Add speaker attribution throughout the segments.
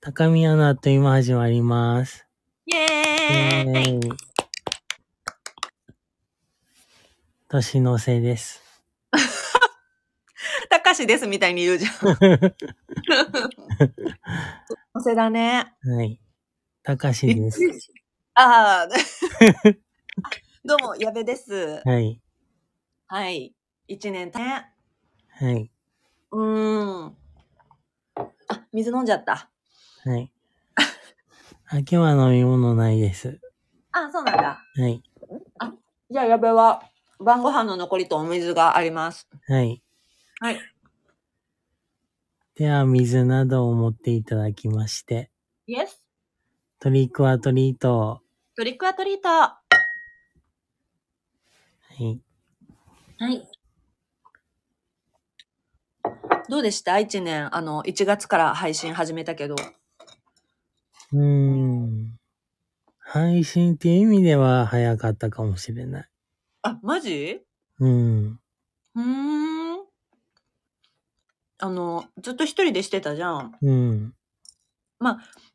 Speaker 1: 高宮のあっという間始まります。
Speaker 2: イ
Speaker 1: イ
Speaker 2: エーイ
Speaker 1: ェーイ年の瀬です。
Speaker 2: たかしですみたいに 言うじゃん。おせだね。
Speaker 1: はい。高し
Speaker 2: びっ
Speaker 1: です
Speaker 2: く。りし ああ。 どうも、矢部です。
Speaker 1: はい。
Speaker 2: はい。一年たね。
Speaker 1: はい。
Speaker 2: うーん。あ、水飲んじゃった。
Speaker 1: はい。あ、今日は飲み物ないです。
Speaker 2: あ、そうなんだ。
Speaker 1: はい。
Speaker 2: じゃあ、矢部は晩ご飯の残りとお水があります。
Speaker 1: はい。
Speaker 2: はい。
Speaker 1: では、水などを持っていただきまして、
Speaker 2: イエス。
Speaker 1: トリックはトリートを。は。
Speaker 2: トリックアトリート。はいい。どうでした一年、あの、1月から配信始めたけど。
Speaker 1: うーん。配信っていう意味では早かったかもしれない。
Speaker 2: あ、マジ
Speaker 1: うん。
Speaker 2: うーん。あの、ずっと一人でしてたじゃん。
Speaker 1: うん。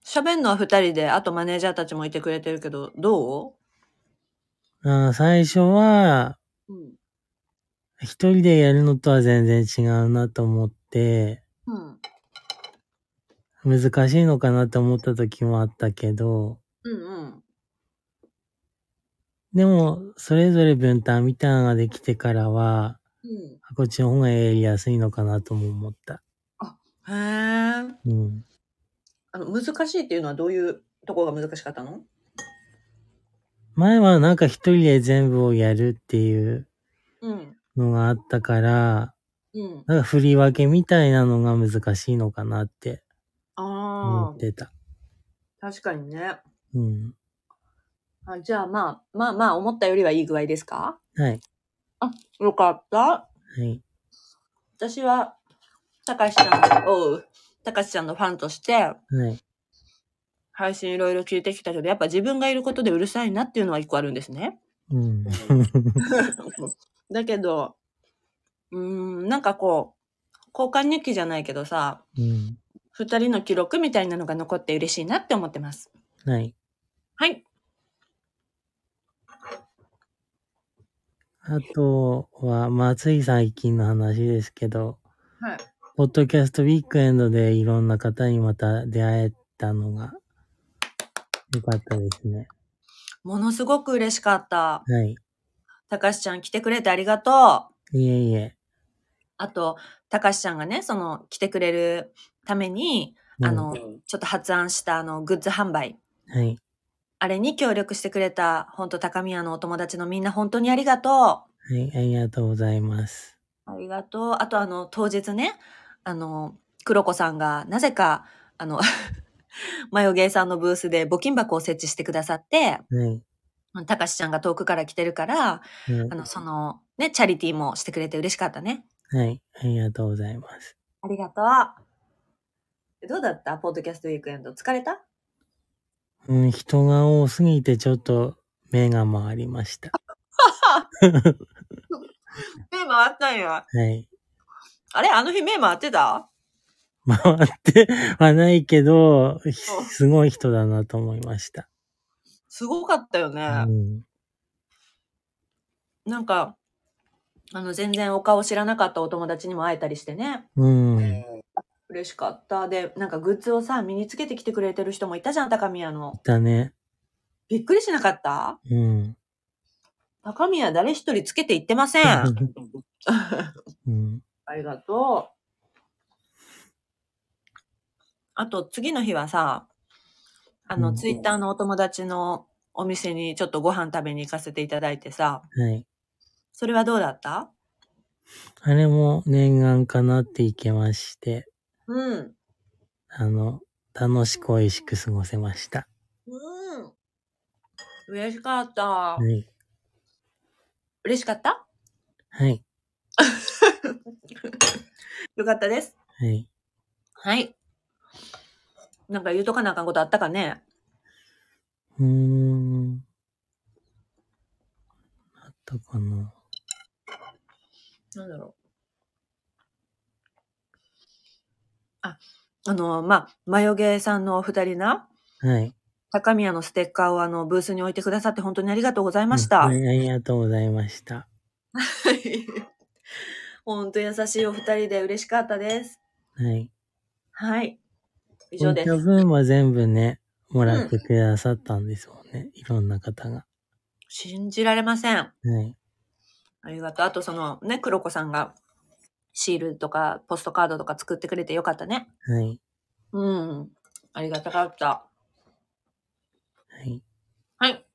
Speaker 2: 喋んのは二人で、あとマネージャーたちもいてくれてるけど、ど
Speaker 1: あー最初は、
Speaker 2: ううん。
Speaker 1: 一人でやるのとは全然違うなと思って、
Speaker 2: うん。
Speaker 1: 難しいのかなと思った時もあったけど、
Speaker 2: うんうん。
Speaker 1: でも、それぞれ分担みたいなのができてからは、
Speaker 2: うん。
Speaker 1: こっちの方がやりやすいのかなとも思った。
Speaker 2: へー
Speaker 1: うん。
Speaker 2: あの、難しいっていうのはどういうとこが難しかったの
Speaker 1: 前はなんか一人で全部をやるっていう
Speaker 2: うん。
Speaker 1: のがあったから、
Speaker 2: うん。
Speaker 1: なんか振り分けみたいなのが難しいのかなって
Speaker 2: あ
Speaker 1: 思っ
Speaker 2: あ、
Speaker 1: てた。
Speaker 2: 確かにね。
Speaker 1: うん。
Speaker 2: あじゃあまあ、まあまあ、思ったよりはいい具合ですか
Speaker 1: はい。
Speaker 2: よかった。
Speaker 1: はい。
Speaker 2: 私は、たかしちゃん、おう、たかしちゃんのファンとして、
Speaker 1: はい。
Speaker 2: 配信いろいろ聞いてきたけど、やっぱ自分がいることでうるさいなっていうのは一個あるんですね。
Speaker 1: うん。
Speaker 2: だけど、うーん、なんかこう、交換日記じゃないけどさ、
Speaker 1: うん。
Speaker 2: 二人の記録みたいなのが残って嬉しいなって思ってます。
Speaker 1: はい。
Speaker 2: はい。
Speaker 1: あとは、まあ、つい最近の話ですけど、
Speaker 2: はい。
Speaker 1: ポッドキャストウィークエンドでいろんな方にまた出会えたのが、よかったですね。
Speaker 2: ものすごく嬉しかった。
Speaker 1: はい。
Speaker 2: たかしちゃん来てくれてありがとう。
Speaker 1: いえいえ。
Speaker 2: あと、たかしちゃんがね、その、来てくれるために、
Speaker 1: うん
Speaker 2: あの、ちょっと発案したあの、グッズ販売。
Speaker 1: はい。
Speaker 2: あれに協力してくれた、本当高宮のお友達のみんな本当にありがと
Speaker 1: はい。ありがとうございます。
Speaker 2: う。ありがとう。あとあの、当日ね、あの、黒子さんが、なぜか、あの、 マヨゲーさんのブースで募金箱を設置してくださって、
Speaker 1: はい。
Speaker 2: たかしちゃんが遠くから来てるから、
Speaker 1: はい
Speaker 2: あの、その、ね、チャリティーもしてくれて嬉しかったね。
Speaker 1: はい。ありがとうございます。
Speaker 2: ありがとう。どうだったポッドキャストウィークエンド。疲れた
Speaker 1: うん、人が多すぎてちょっと目が回りました。
Speaker 2: 目回ったんや。
Speaker 1: はい。
Speaker 2: あれあの日目回ってた
Speaker 1: 回ってはないけど、ひすごい人だなと思いました。
Speaker 2: すごかったよね。
Speaker 1: うん。
Speaker 2: なんか、あの、全然お顔知らなかったお友達にも会えたりしてね。
Speaker 1: うん。
Speaker 2: 嬉しかった。で、なんかグッズをさ、身につけてきてくれてる人もいたじゃん、高宮の。
Speaker 1: だね。
Speaker 2: びっくりしなかった
Speaker 1: うん。
Speaker 2: 高宮誰一人つけていってません。
Speaker 1: うん。
Speaker 2: ありがとう。あと、次の日はさ、あ
Speaker 1: う
Speaker 2: の、
Speaker 1: ん
Speaker 2: ツイッターのお友達のお店にちょっとご飯食べに行かせていただいてさ、
Speaker 1: はい。
Speaker 2: それはどうだった
Speaker 1: あれも念願かなっていけまして、
Speaker 2: うん。
Speaker 1: あの、楽しく美味しく過ごせました。
Speaker 2: うん。嬉しかった
Speaker 1: は。い。
Speaker 2: 嬉しかった
Speaker 1: はい。
Speaker 2: よかったです。
Speaker 1: はい。
Speaker 2: はい。なんか言うとかなあかんことあったかね
Speaker 1: うーん。あったかな。
Speaker 2: なんだろう。あ、あの、まあ、眉毛さんのお二人な、
Speaker 1: はい。
Speaker 2: 高宮のステッカーをあの、ブースに置いてくださって本当にありがとうございました。
Speaker 1: うんありがとうございました。
Speaker 2: 本当優しいお二人で嬉しかったです。
Speaker 1: はい。
Speaker 2: はい。以上です。
Speaker 1: 文化分は全部ね、もらってくださったんですもんね。いろんな方が。
Speaker 2: 信じられません。
Speaker 1: はい。
Speaker 2: ありがとう。あとそのね、黒子さんがシールとかポストカードとか作ってくれてよかったね。
Speaker 1: はい。
Speaker 2: うん。ありがたかった。
Speaker 1: はい。
Speaker 2: はい。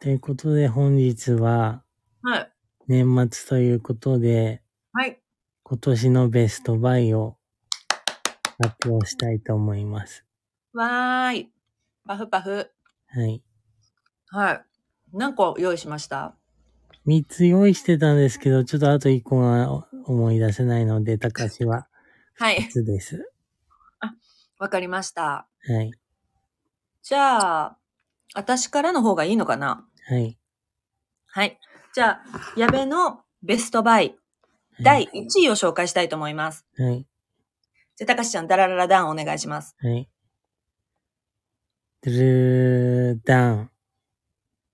Speaker 1: ということで本日は
Speaker 2: はい。
Speaker 1: 年末ということで、
Speaker 2: はい。
Speaker 1: 今年のベストバイを発表したいと思います。
Speaker 2: わーい。パフパフ。
Speaker 1: はい。
Speaker 2: はい。何個用意しました
Speaker 1: 3つ用意してたんですけど、ちょっとあと1個が思い出せないので、高しは
Speaker 2: はい
Speaker 1: 3。つです。
Speaker 2: わかりました。
Speaker 1: はい。
Speaker 2: じゃあ、私からの方がいいのかな
Speaker 1: はい。
Speaker 2: はい。じゃあ、矢部のベストバイ、第1位を紹介したいと思います。
Speaker 1: はい。
Speaker 2: じゃあ、たかしちゃん、ダラララダンお願いします。
Speaker 1: はい。ドゥルーダン。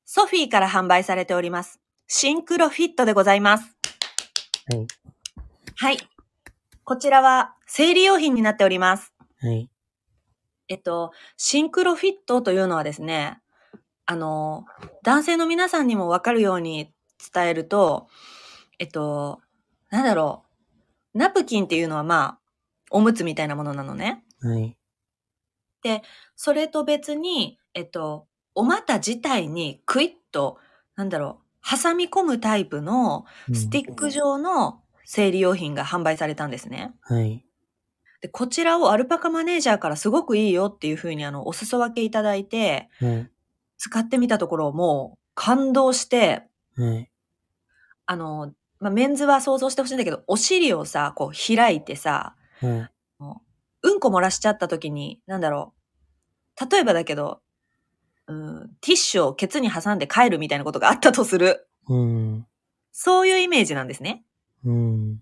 Speaker 2: ソフィーから販売されております。シンクロフィットでございます。
Speaker 1: はい。
Speaker 2: はい。こちらは生理用品になっております。
Speaker 1: はい。
Speaker 2: えっと、シンクロフィットというのはですね、あの、男性の皆さんにもわかるように伝えると、えっと、なんだろう。ナプキンっていうのはまあ、おむつみたいなものなのね。
Speaker 1: はい。
Speaker 2: それと別に、えっと、お股自体にクイッと、なんだろう、挟み込むタイプのスティ
Speaker 1: ッ
Speaker 2: ック状の生理用品が販売されたんですね。
Speaker 1: ク。はい。
Speaker 2: で、こちらをアルパカマネージャーからすごくいいよっていうふうにあの、お裾分けいただいて、
Speaker 1: はい。
Speaker 2: 使ってみたところもう感動して、
Speaker 1: はい。
Speaker 2: あの、まあ、メンズは想像してほしいんだけど、お尻をさ、こう開いてさ、
Speaker 1: はい。
Speaker 2: うんこ漏らしちゃった時に、なんだろう。例えばだけど、うん、ティッシュをケツに挟んで帰るみたいなことがあったとする。
Speaker 1: うん。
Speaker 2: そういうイメージなんですね。
Speaker 1: うん。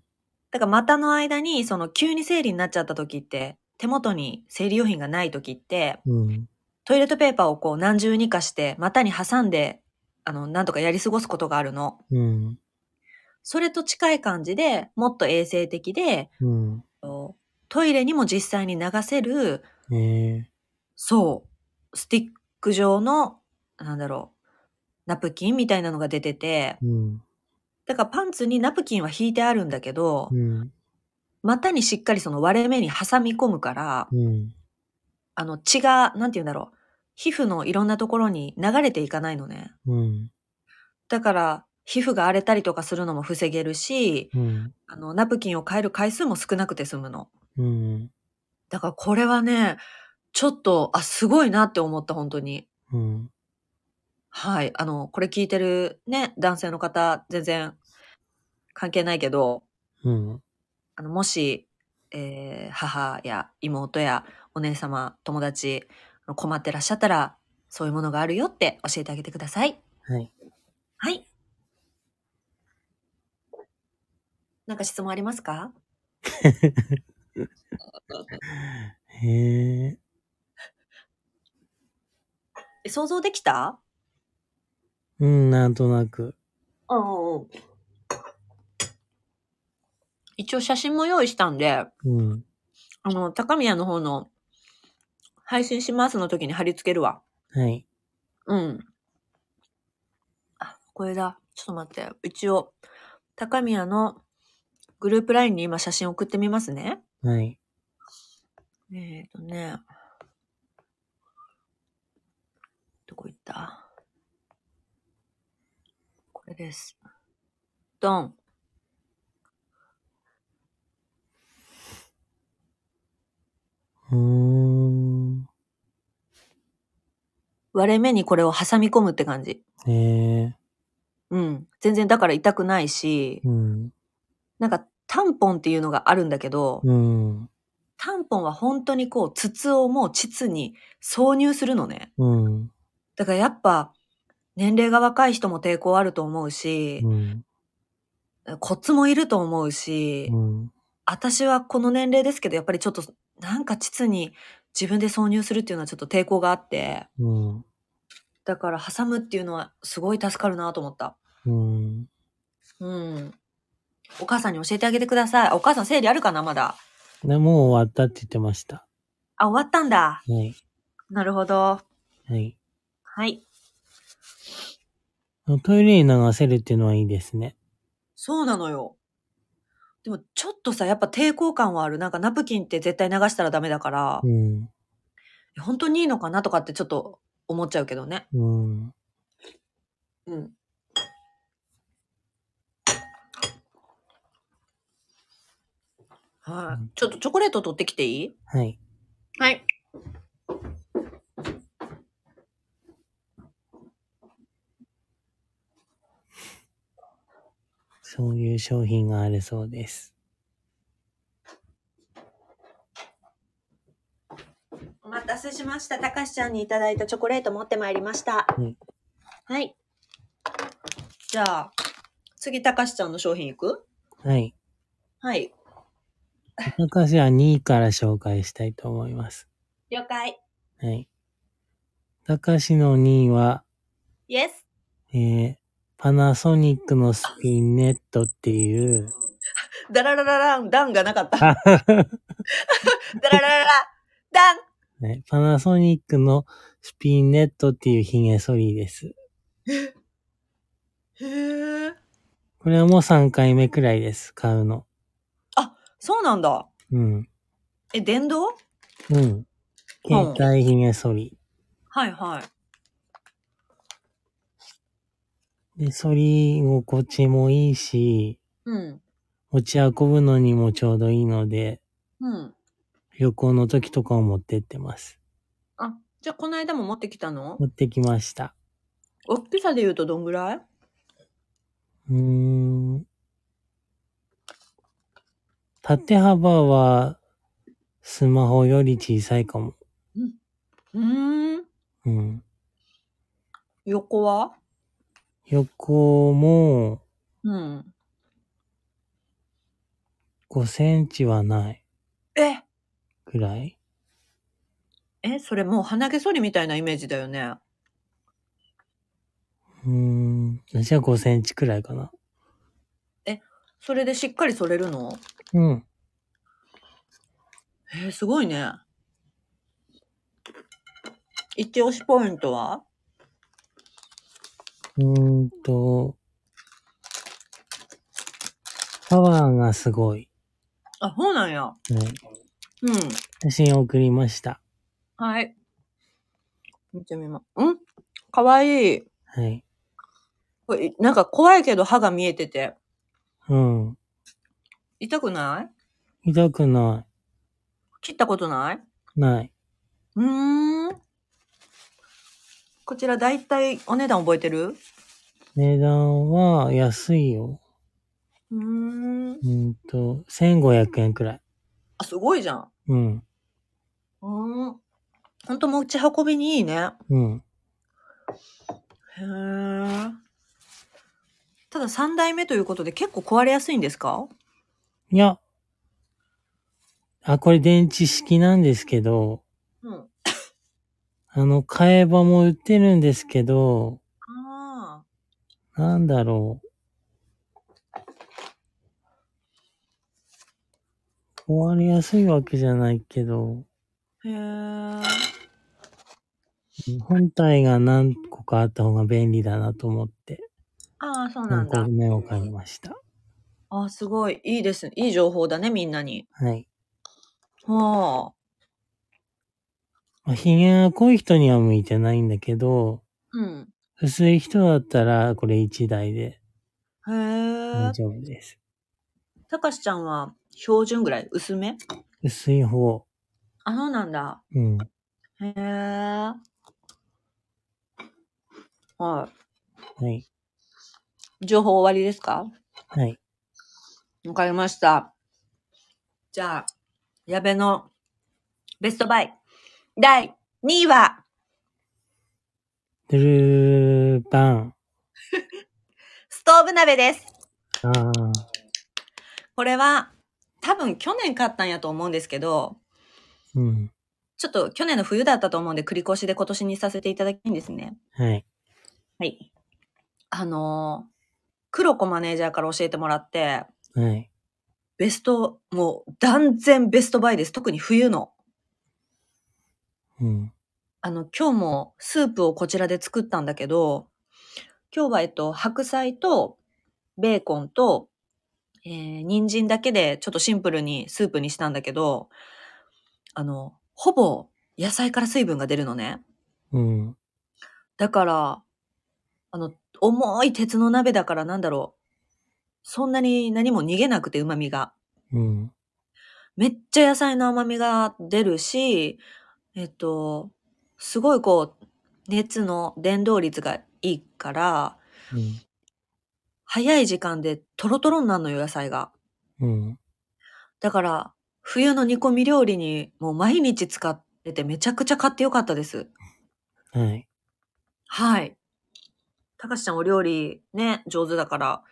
Speaker 2: だから股の間に、その急に生理になっちゃった時って、手元に生理用品がない時って、
Speaker 1: うん。
Speaker 2: トイレットペーパーをこう何重にかして股に挟んで、あの、なんとかやり過ごすことがあるの。
Speaker 1: うん。
Speaker 2: それと近い感じで、もっと衛生的で、
Speaker 1: うん。
Speaker 2: とトイレにも実際に流せる、
Speaker 1: ええ
Speaker 2: そう、スティック状の、なんだろう、ナプキンみたいなのが出てて、
Speaker 1: うん。
Speaker 2: だからパンツにナプキンは引いてあるんだけど
Speaker 1: う、ん。
Speaker 2: 股にしっかりその割れ目に挟み込むから、
Speaker 1: うん。
Speaker 2: あの血が、なんて言うんだろう、皮膚のいろんなところに流れていかないのね。
Speaker 1: うん。
Speaker 2: だから、皮膚が荒れたりとかするのも防げるし、
Speaker 1: うん。
Speaker 2: あの、ナプキンを変える回数も少なくて済むの。
Speaker 1: うん。
Speaker 2: だからこれはね、ちょっと、あ、すごいなって思った、本当に。
Speaker 1: うん。
Speaker 2: はい。あの、これ聞いてるね、男性の方、全然関係ないけど、
Speaker 1: うん。
Speaker 2: あの、もし、えー母や妹やお姉様、友達、あの困ってらっしゃったら、そういうものがあるよって教えてあげてください。
Speaker 1: はい。
Speaker 2: はい。なんか質問ありますか
Speaker 1: へえ。
Speaker 2: え想像できた
Speaker 1: うん、なんとなく。
Speaker 2: うんうん。一応写真も用意したんで、
Speaker 1: うん。
Speaker 2: あの、高宮の方の配信しますの時に貼り付けるわ。
Speaker 1: はい。
Speaker 2: うん。あ、これだ。ちょっと待って。一応、高宮のグループ LINE に今写真送ってみますね。
Speaker 1: はい。
Speaker 2: えっ、ー、とね。どこ行ったこれです。ドン。
Speaker 1: うーん。
Speaker 2: 割れ目にこれを挟み込むって感じ。
Speaker 1: へえ。
Speaker 2: うん。全然だから痛くないし、
Speaker 1: うん。
Speaker 2: なんかタンポンっていうのがあるんだけど、
Speaker 1: うん。
Speaker 2: タンポンは本当にこう、筒をもう膣に挿入するのね。
Speaker 1: うん。
Speaker 2: だからやっぱ、年齢が若い人も抵抗あると思うし
Speaker 1: う、ん。
Speaker 2: コツもいると思うし
Speaker 1: う、ん。
Speaker 2: 私はこの年齢ですけど、やっぱりちょっと、なんか膣に自分で挿入するっていうのはちょっと抵抗があって、
Speaker 1: うん。
Speaker 2: だから挟むっていうのはすごい助かるなと思った。
Speaker 1: うん。
Speaker 2: うん。お母さんに教えてあげてください。お母さん生理あるかなまだ。
Speaker 1: でもう終わったって言ってました。
Speaker 2: あ、終わったんだ。
Speaker 1: はい。
Speaker 2: なるほど。
Speaker 1: はい。
Speaker 2: はい。
Speaker 1: トイレに流せるっていうのはいいですね。
Speaker 2: そうなのよ。でもちょっとさ、やっぱ抵抗感はある。なんかナプキンって絶対流したらダメだから
Speaker 1: う、ん。
Speaker 2: 本当にいいのかなとかってちょっと思っちゃうけどね。
Speaker 1: うん。
Speaker 2: うん。はい、ちょっとチョコレート取ってきていい
Speaker 1: はい。
Speaker 2: はい。
Speaker 1: そういう商品があるそうです。
Speaker 2: お待たせしました。たかしちゃんにいただいたチョコレート持ってまいりました。
Speaker 1: うん
Speaker 2: はい。じゃあ、次たかしちゃんの商品いく
Speaker 1: はい。
Speaker 2: はい。
Speaker 1: 高橋は2位から紹介したいと思います。
Speaker 2: 了解。
Speaker 1: はい。高橋の2位は、
Speaker 2: イエス。
Speaker 1: えー、パナソニックのスピンネットっていう、
Speaker 2: ダララララン、ダンがなかった。 ダララララダン
Speaker 1: ね、パナソニックのスピンネットっていうヒゲ剃りです。
Speaker 2: へえ。
Speaker 1: これはもう3回目くらいです、買うの。
Speaker 2: そうなんだ。
Speaker 1: うん。
Speaker 2: え、電動
Speaker 1: うん。携帯ヒゲ剃り。
Speaker 2: はいはい。
Speaker 1: で、剃り心地もいいし、
Speaker 2: うん。
Speaker 1: 持ち運ぶのにもちょうどいいので、
Speaker 2: うん。
Speaker 1: 旅行の時とかを持ってってます。
Speaker 2: あ、じゃあこの間も持ってきたの
Speaker 1: 持ってきました。
Speaker 2: 大きさで言うとどんぐらいう
Speaker 1: ーん。縦幅は、スマホより小さいかも。
Speaker 2: うーん。
Speaker 1: うん。
Speaker 2: 横は
Speaker 1: 横も
Speaker 2: うん。
Speaker 1: 5センチはない
Speaker 2: え
Speaker 1: くらい。
Speaker 2: え、それもう鼻毛剃りみたいなイメージだよね。
Speaker 1: うーん。私は5センチくらいかな。
Speaker 2: それでしっかり剃れるの
Speaker 1: うん。
Speaker 2: えー、すごいね。一押しポイントは
Speaker 1: うーんと、パワーがすごい。
Speaker 2: あ、そうなんや。
Speaker 1: はい。
Speaker 2: うん。
Speaker 1: 写真を送りました。
Speaker 2: はい。見てみま、うんかわいい。
Speaker 1: はい。
Speaker 2: これなんか怖いけど歯が見えてて。
Speaker 1: うん。
Speaker 2: 痛くない
Speaker 1: 痛くな
Speaker 2: 切ったことない
Speaker 1: い。ない。
Speaker 2: うーん。こちら大体お値段覚えてる
Speaker 1: 値段は安いよ。
Speaker 2: うーん。
Speaker 1: うーんと、1500円くらい。
Speaker 2: あ、すごいじゃん。
Speaker 1: うん。
Speaker 2: うーん。ほんと持ち運びにいいね。
Speaker 1: うん。
Speaker 2: へー。ただ3代目ということで結構壊れやすいんですか
Speaker 1: いや。あ、これ電池式なんですけど、
Speaker 2: うん。
Speaker 1: あの、買えばも売ってるんですけど、
Speaker 2: ああ。
Speaker 1: なんだろう。壊れやすいわけじゃないけど、
Speaker 2: へー。
Speaker 1: 本体が何個かあった方が便利だなと思って、
Speaker 2: ああ、そうな
Speaker 1: 何
Speaker 2: んだ
Speaker 1: 個。目を買いました。
Speaker 2: ああ、すごい。いいですね。いい情報だね、みんなに。
Speaker 1: はい。
Speaker 2: はあ。
Speaker 1: まあ、ヒゲが濃い人には向いてないんだけど、
Speaker 2: うん。
Speaker 1: 薄い人だったら、これ1台で
Speaker 2: へー
Speaker 1: 大。丈夫です。
Speaker 2: たかしちゃんは標準ぐらい薄め
Speaker 1: 薄い方。
Speaker 2: あ、そうなんだ。
Speaker 1: うん。
Speaker 2: へえ。は
Speaker 1: はい。
Speaker 2: い。情報終わりですか
Speaker 1: はい。
Speaker 2: わかりました。じゃあ、矢部のベストバイ。第2位は、
Speaker 1: ドゥルーバン。
Speaker 2: ストーブ鍋です。
Speaker 1: ああ。
Speaker 2: これは、多分去年買ったんやと思うんですけど、
Speaker 1: うん。
Speaker 2: ちょっと去年の冬だったと思うんで、繰り越しで今年にさせていただきたいんですね。
Speaker 1: はい。
Speaker 2: はい。あのー、黒子マネージャーから教えてもらって、
Speaker 1: はい。
Speaker 2: ベスト、もう断然ベストバイです。特に冬の。
Speaker 1: うん。
Speaker 2: あの、今日もスープをこちらで作ったんだけど、今日はえっと、白菜とベーコンと、えー、人参だけでちょっとシンプルにスープにしたんだけど、あの、ほぼ野菜から水分が出るのね。
Speaker 1: うん。
Speaker 2: だから、あの、重い鉄の鍋だからなんだろう。そんなに何も逃げなくて旨味が。
Speaker 1: うん。
Speaker 2: めっちゃ野菜の甘みが出るし、えっと、すごいこう、熱の伝導率がいいから、
Speaker 1: うん。
Speaker 2: 早い時間でトロトロになるのよ、野菜が。
Speaker 1: うん。
Speaker 2: だから、冬の煮込み料理にもう毎日使っててめちゃくちゃ買ってよかったです。
Speaker 1: はい。
Speaker 2: はい。たかしちゃんお料理ね、上手だから、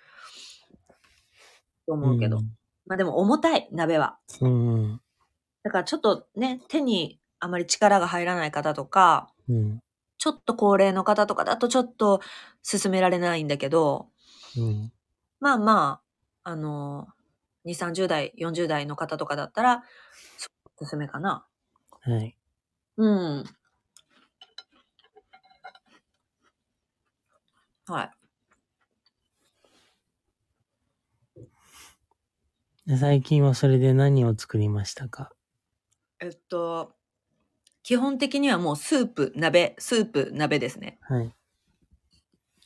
Speaker 2: と思うけど。まあでも重たい、鍋は。
Speaker 1: うん。うん。
Speaker 2: だからちょっとね、手にあまり力が入らない方とか、
Speaker 1: うん。
Speaker 2: ちょっと高齢の方とかだとちょっと進められないんだけど、
Speaker 1: うん。
Speaker 2: まあまあ、あの、2、30代、40代の方とかだったら、そうおすすめかな。
Speaker 1: はい。
Speaker 2: うん。はい。
Speaker 1: で最近はそれで何を作りましたか
Speaker 2: えっと、基本的にはもうスープ、鍋、スープ、鍋ですね。
Speaker 1: はい。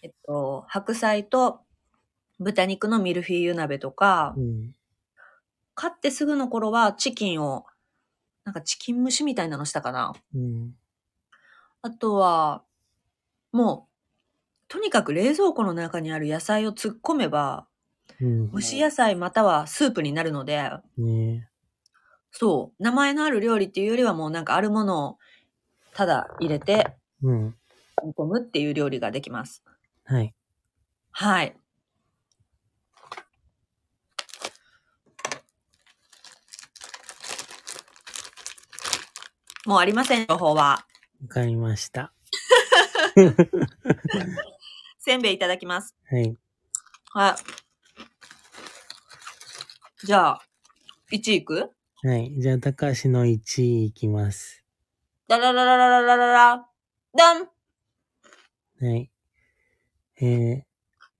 Speaker 2: えっと、白菜と豚肉のミルフィーユ鍋とか、
Speaker 1: うん。
Speaker 2: 買ってすぐの頃はチキンを、なんかチキン蒸しみたいなのしたかな。
Speaker 1: うん。
Speaker 2: あとは、もう、とにかく冷蔵庫の中にある野菜を突っ込めば、
Speaker 1: うん
Speaker 2: 蒸。し野菜またはスープになるので、
Speaker 1: ね
Speaker 2: そう、名前のある料理っていうよりはもうなんかあるものをただ入れて
Speaker 1: え。うん。
Speaker 2: 煮込むっていう料理ができます。
Speaker 1: はい。
Speaker 2: はい。もうありません、情報は。
Speaker 1: わかりました。
Speaker 2: せんべいいただきます。
Speaker 1: はい。
Speaker 2: はい。じゃあ、1いく
Speaker 1: はい。じゃあ、高橋の1位いきます。
Speaker 2: ダララララララララダン
Speaker 1: はい。えー、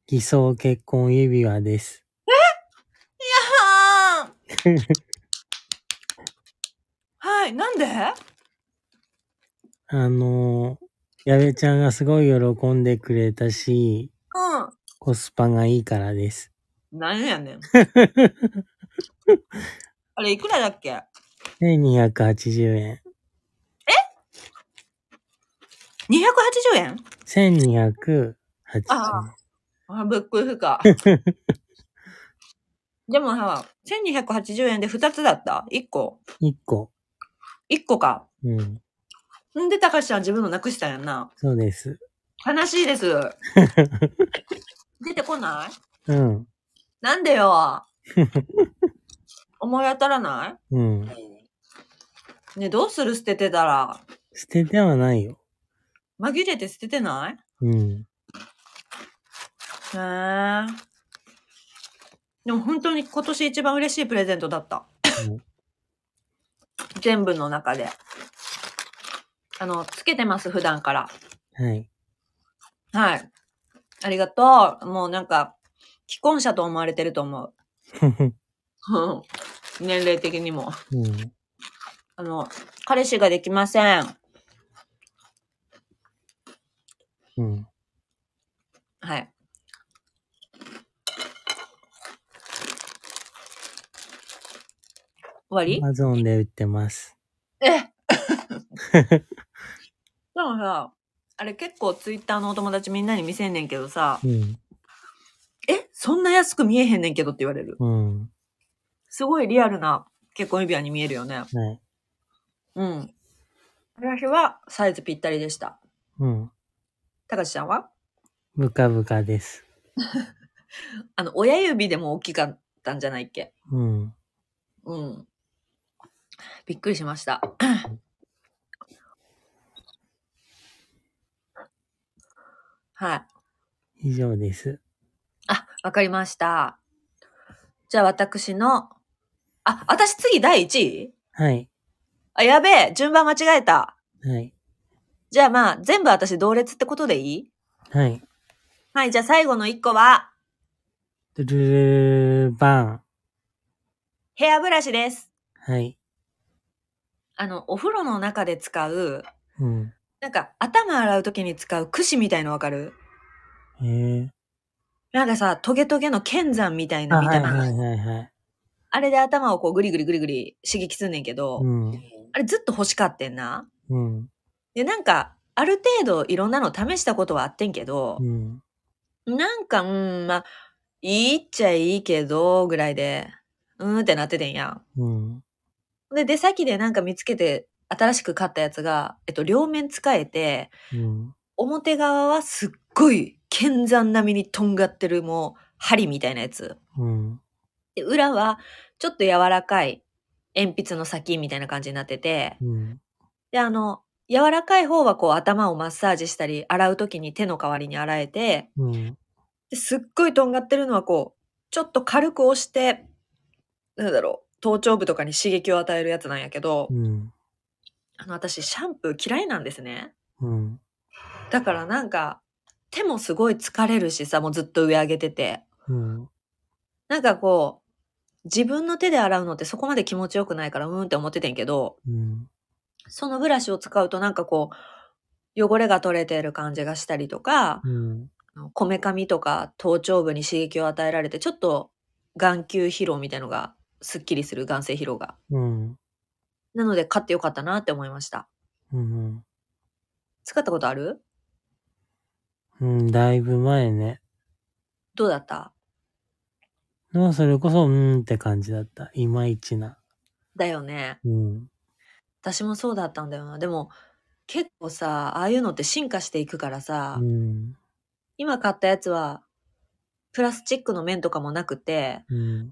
Speaker 1: 偽装結婚指輪です。
Speaker 2: はーんはい、なんで
Speaker 1: あのー、矢部ちゃんがすごい喜んでくれたし、
Speaker 2: う
Speaker 1: コスパがいいからです。
Speaker 2: ん。なんやねん。あれ、いくらだっけ
Speaker 1: で、280円。
Speaker 2: ?280 円
Speaker 1: 1280円
Speaker 2: あ。あ、ぶっくりか。でもさ、1280円で2つだった ?1 個
Speaker 1: 1個。
Speaker 2: ?1 個か。
Speaker 1: うん。
Speaker 2: んで、たかしちゃん自分のなくしたんやんな。
Speaker 1: そうです。
Speaker 2: 悲しいです。出てこない
Speaker 1: うん。
Speaker 2: なんでよ。思い当たらな
Speaker 1: うん。
Speaker 2: いね、どうする捨ててたら。
Speaker 1: 捨ててはないよ。
Speaker 2: 紛れて捨ててない
Speaker 1: うん。
Speaker 2: へえ。でも本当に今年一番嬉しいプレゼントだった
Speaker 1: うん。
Speaker 2: 全部の中で。あの、つけてます、普段から。
Speaker 1: はい。
Speaker 2: はい。ありがとう。もうなんか、既婚者と思われてると思う。 年齢的にも。
Speaker 1: うん。
Speaker 2: あの、彼氏ができません。
Speaker 1: うん。
Speaker 2: はい。終わり
Speaker 1: Amazon で売ってます。
Speaker 2: え でもさ、あれ結構ツイッターのお友達みんなに見せんねんけどさ、
Speaker 1: うん。
Speaker 2: え、そんな安く見えへんねんけどって言われる。
Speaker 1: うん。
Speaker 2: すごいリアルな結婚指輪に見えるよね。
Speaker 1: はい。
Speaker 2: うん。私はサイズぴったりでした。
Speaker 1: うん。
Speaker 2: たかしちゃんは
Speaker 1: ブカブカです。
Speaker 2: あの、親指でも大きかったんじゃないっけ
Speaker 1: うん。
Speaker 2: うん。びっくりしました。はい。
Speaker 1: 以上です。
Speaker 2: あ、わかりました。じゃあ私の、あ、私次第1位
Speaker 1: はい。
Speaker 2: あ、やべえ、順番間違えた。
Speaker 1: はい。
Speaker 2: じゃあまあ、全部私同列ってことでいい
Speaker 1: はい。
Speaker 2: はい、じゃあ最後の1個は、
Speaker 1: ドゥルルルバーン。
Speaker 2: ヘアブラシです。
Speaker 1: はい。
Speaker 2: あの、お風呂の中で使う、
Speaker 1: うん。
Speaker 2: なんか頭洗う時に使う櫛みたいのわかる
Speaker 1: へえ。
Speaker 2: なんかさ、トゲトゲの剣山みたい
Speaker 1: あ、
Speaker 2: な見
Speaker 1: は
Speaker 2: た
Speaker 1: い
Speaker 2: 目。
Speaker 1: はいはいはい。
Speaker 2: あれで頭をこうグリグリグリグリ刺激すんねんけど、
Speaker 1: うん。
Speaker 2: あれずっと欲しかってんな。
Speaker 1: うん。
Speaker 2: で、なんか、ある程度いろんなの試したことはあってんけど
Speaker 1: う、ん。
Speaker 2: なんか、うん、まあ、いいっちゃいいけど、ぐらいで、うーんってなっててんや
Speaker 1: うん。
Speaker 2: ん。で、出先でなんか見つけて、新しく買ったやつが、えっと、両面使えて、
Speaker 1: うん。
Speaker 2: 表側はすっごい剣山並みにとんがってるもう針みたいなやつ。
Speaker 1: うん。
Speaker 2: で、裏はちょっと柔らかい鉛筆の先みたいな感じになってて、
Speaker 1: うん。
Speaker 2: で、あの、柔らかい方はこう頭をマッサージしたり、洗う時に手の代わりに洗えて、
Speaker 1: うん。
Speaker 2: ですっごいとんがってるのはこう、ちょっと軽く押して、なんだろう、頭頂部とかに刺激を与えるやつなんやけど、
Speaker 1: うん。
Speaker 2: あの、私シャンプー嫌いなんですね。
Speaker 1: うん。
Speaker 2: だからなんか、手もすごい疲れるしさ、もうずっと上上げてて。
Speaker 1: うん。
Speaker 2: なんかこう、自分の手で洗うのってそこまで気持ちよくないから、うーんって思っててんけど、
Speaker 1: うん。
Speaker 2: そのブラシを使うとなんかこう、汚れが取れてる感じがしたりとか、
Speaker 1: うん。
Speaker 2: こめかみとか頭頂部に刺激を与えられて、ちょっと眼球疲労みたいのが、すっきりする眼性疲労が。
Speaker 1: うん。
Speaker 2: なので買ってよかったなって思いました。
Speaker 1: うん。
Speaker 2: 使ったことある
Speaker 1: うん。だいぶ前ね。
Speaker 2: どうだった
Speaker 1: の、それこそ、うーんって感じだった。いまいちな。
Speaker 2: だよね。
Speaker 1: うん。
Speaker 2: 私もそうだったんだよな。でも、結構さ、ああいうのって進化していくからさ、
Speaker 1: うん。
Speaker 2: 今買ったやつは、プラスチックの面とかもなくて、
Speaker 1: うん。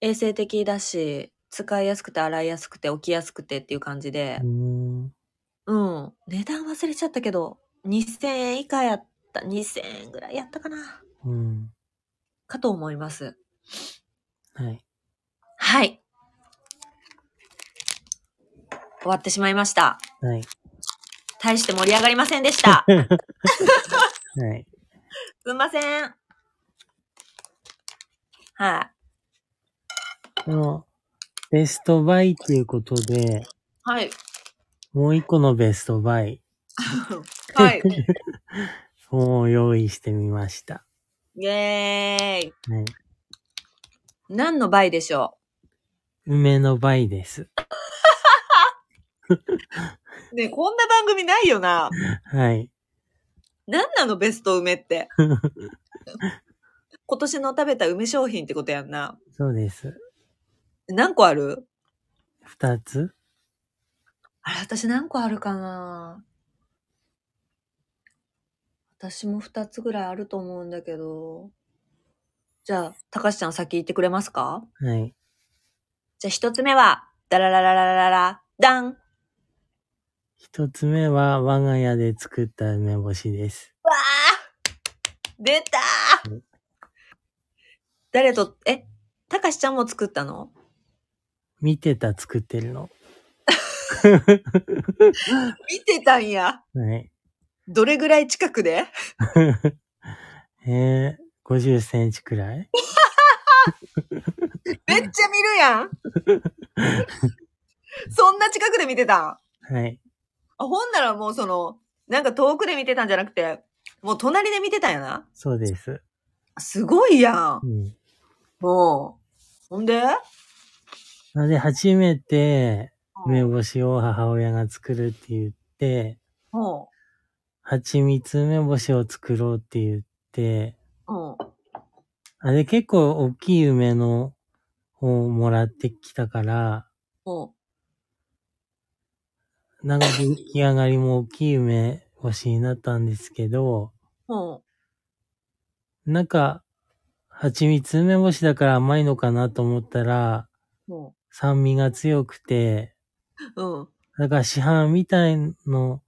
Speaker 2: 衛生的だし、使いやすくて洗いやすくて置きやすくてっていう感じで
Speaker 1: う、ん。
Speaker 2: うん、値段忘れちゃったけど、2000円以下やった、2000円ぐらいやったかな、
Speaker 1: うん。
Speaker 2: かと思います。
Speaker 1: はい。
Speaker 2: はい。終わってしまいました。
Speaker 1: はい。
Speaker 2: 大して盛り上がりませんで した。
Speaker 1: はい。
Speaker 2: すんません。はい。
Speaker 1: この、ベストバイっていうことで、
Speaker 2: はい。
Speaker 1: もう一個のベストバイ
Speaker 2: はい。
Speaker 1: を用意してみました。
Speaker 2: イェーイ。
Speaker 1: はい。
Speaker 2: 何の倍でしょ
Speaker 1: 梅のバイです。
Speaker 2: うねえこんな番組ないよな。
Speaker 1: はい。
Speaker 2: 何なのベスト梅 って。今年の食べた梅商品ってことやんな。
Speaker 1: そうです。
Speaker 2: 何個ある
Speaker 1: 二つ
Speaker 2: あれ、私何個あるかな私も2つぐらいあると思うんだけど。じゃあ、たかしちゃん先行ってくれますか
Speaker 1: はい。
Speaker 2: じゃあ1つ目は、ダララララララ、ダン
Speaker 1: 一つ目は、我が家で作った梅干しです。
Speaker 2: わー出たー誰と、え、たかしちゃんも作ったの
Speaker 1: 見てた作ってるの。
Speaker 2: 見てたんや。
Speaker 1: はい。
Speaker 2: どれぐらい近くで
Speaker 1: えー、50センチくらい
Speaker 2: めっちゃ見るやん。そんな近くで見てたんあ、
Speaker 1: はい。
Speaker 2: ほんならもうその、なんか遠くで見てたんじゃなくて、もう隣で見てたんやな。
Speaker 1: そうです。
Speaker 2: すごいやん
Speaker 1: う。ん。
Speaker 2: もう。ほんで
Speaker 1: なので、初めて梅
Speaker 2: も
Speaker 1: 干しを母親が作るって言って、
Speaker 2: う
Speaker 1: 蜂蜜梅干しを作ろうって言って、
Speaker 2: うん。
Speaker 1: あれ結構大きい梅のをもらってきたから、
Speaker 2: うん。
Speaker 1: なんか出来上がりも大きい梅干しになったんですけど、
Speaker 2: うん。
Speaker 1: なんか、蜂蜜梅干しだから甘いのかなと思ったら、
Speaker 2: うん。
Speaker 1: 酸味が強くて、
Speaker 2: うん。
Speaker 1: だから市販みたいの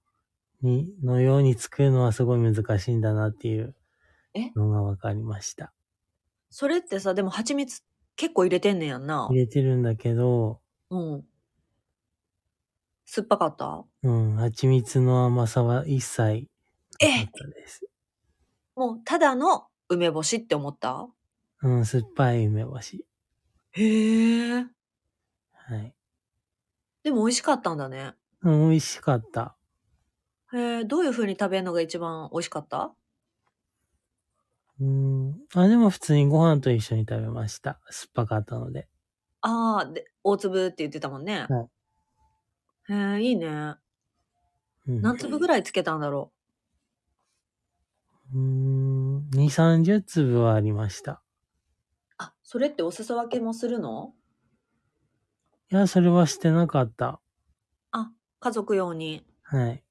Speaker 1: に、のように作るのはすごい難しいんだなっていう
Speaker 2: え
Speaker 1: のが分かりました。
Speaker 2: それってさ、でも蜂蜜結構入れてんねやんな
Speaker 1: 入。れてるんだけど、
Speaker 2: うん。酸っぱかった
Speaker 1: うん、蜂蜜の甘さは一切なかったです。
Speaker 2: もうただの梅干しって思った
Speaker 1: うん、酸っぱい梅干し。
Speaker 2: へえ。
Speaker 1: はい。
Speaker 2: でも美味しかったんだね。
Speaker 1: うん、美味しかった。
Speaker 2: へえ、どういう風に食べるのが一番美味しかった
Speaker 1: うん。あ、でも普通にご飯と一緒に食べました。酸っぱかったので。
Speaker 2: ああ、で、大粒って言ってたもんね。
Speaker 1: は
Speaker 2: へえ、いいね。
Speaker 1: うん。
Speaker 2: 何粒ぐらいつけたんだろ
Speaker 1: うん、2、30粒はありました。
Speaker 2: う。あ、それってお裾分けもするの
Speaker 1: いや、それはしてなかった。
Speaker 2: あ、家族用に。
Speaker 1: はい。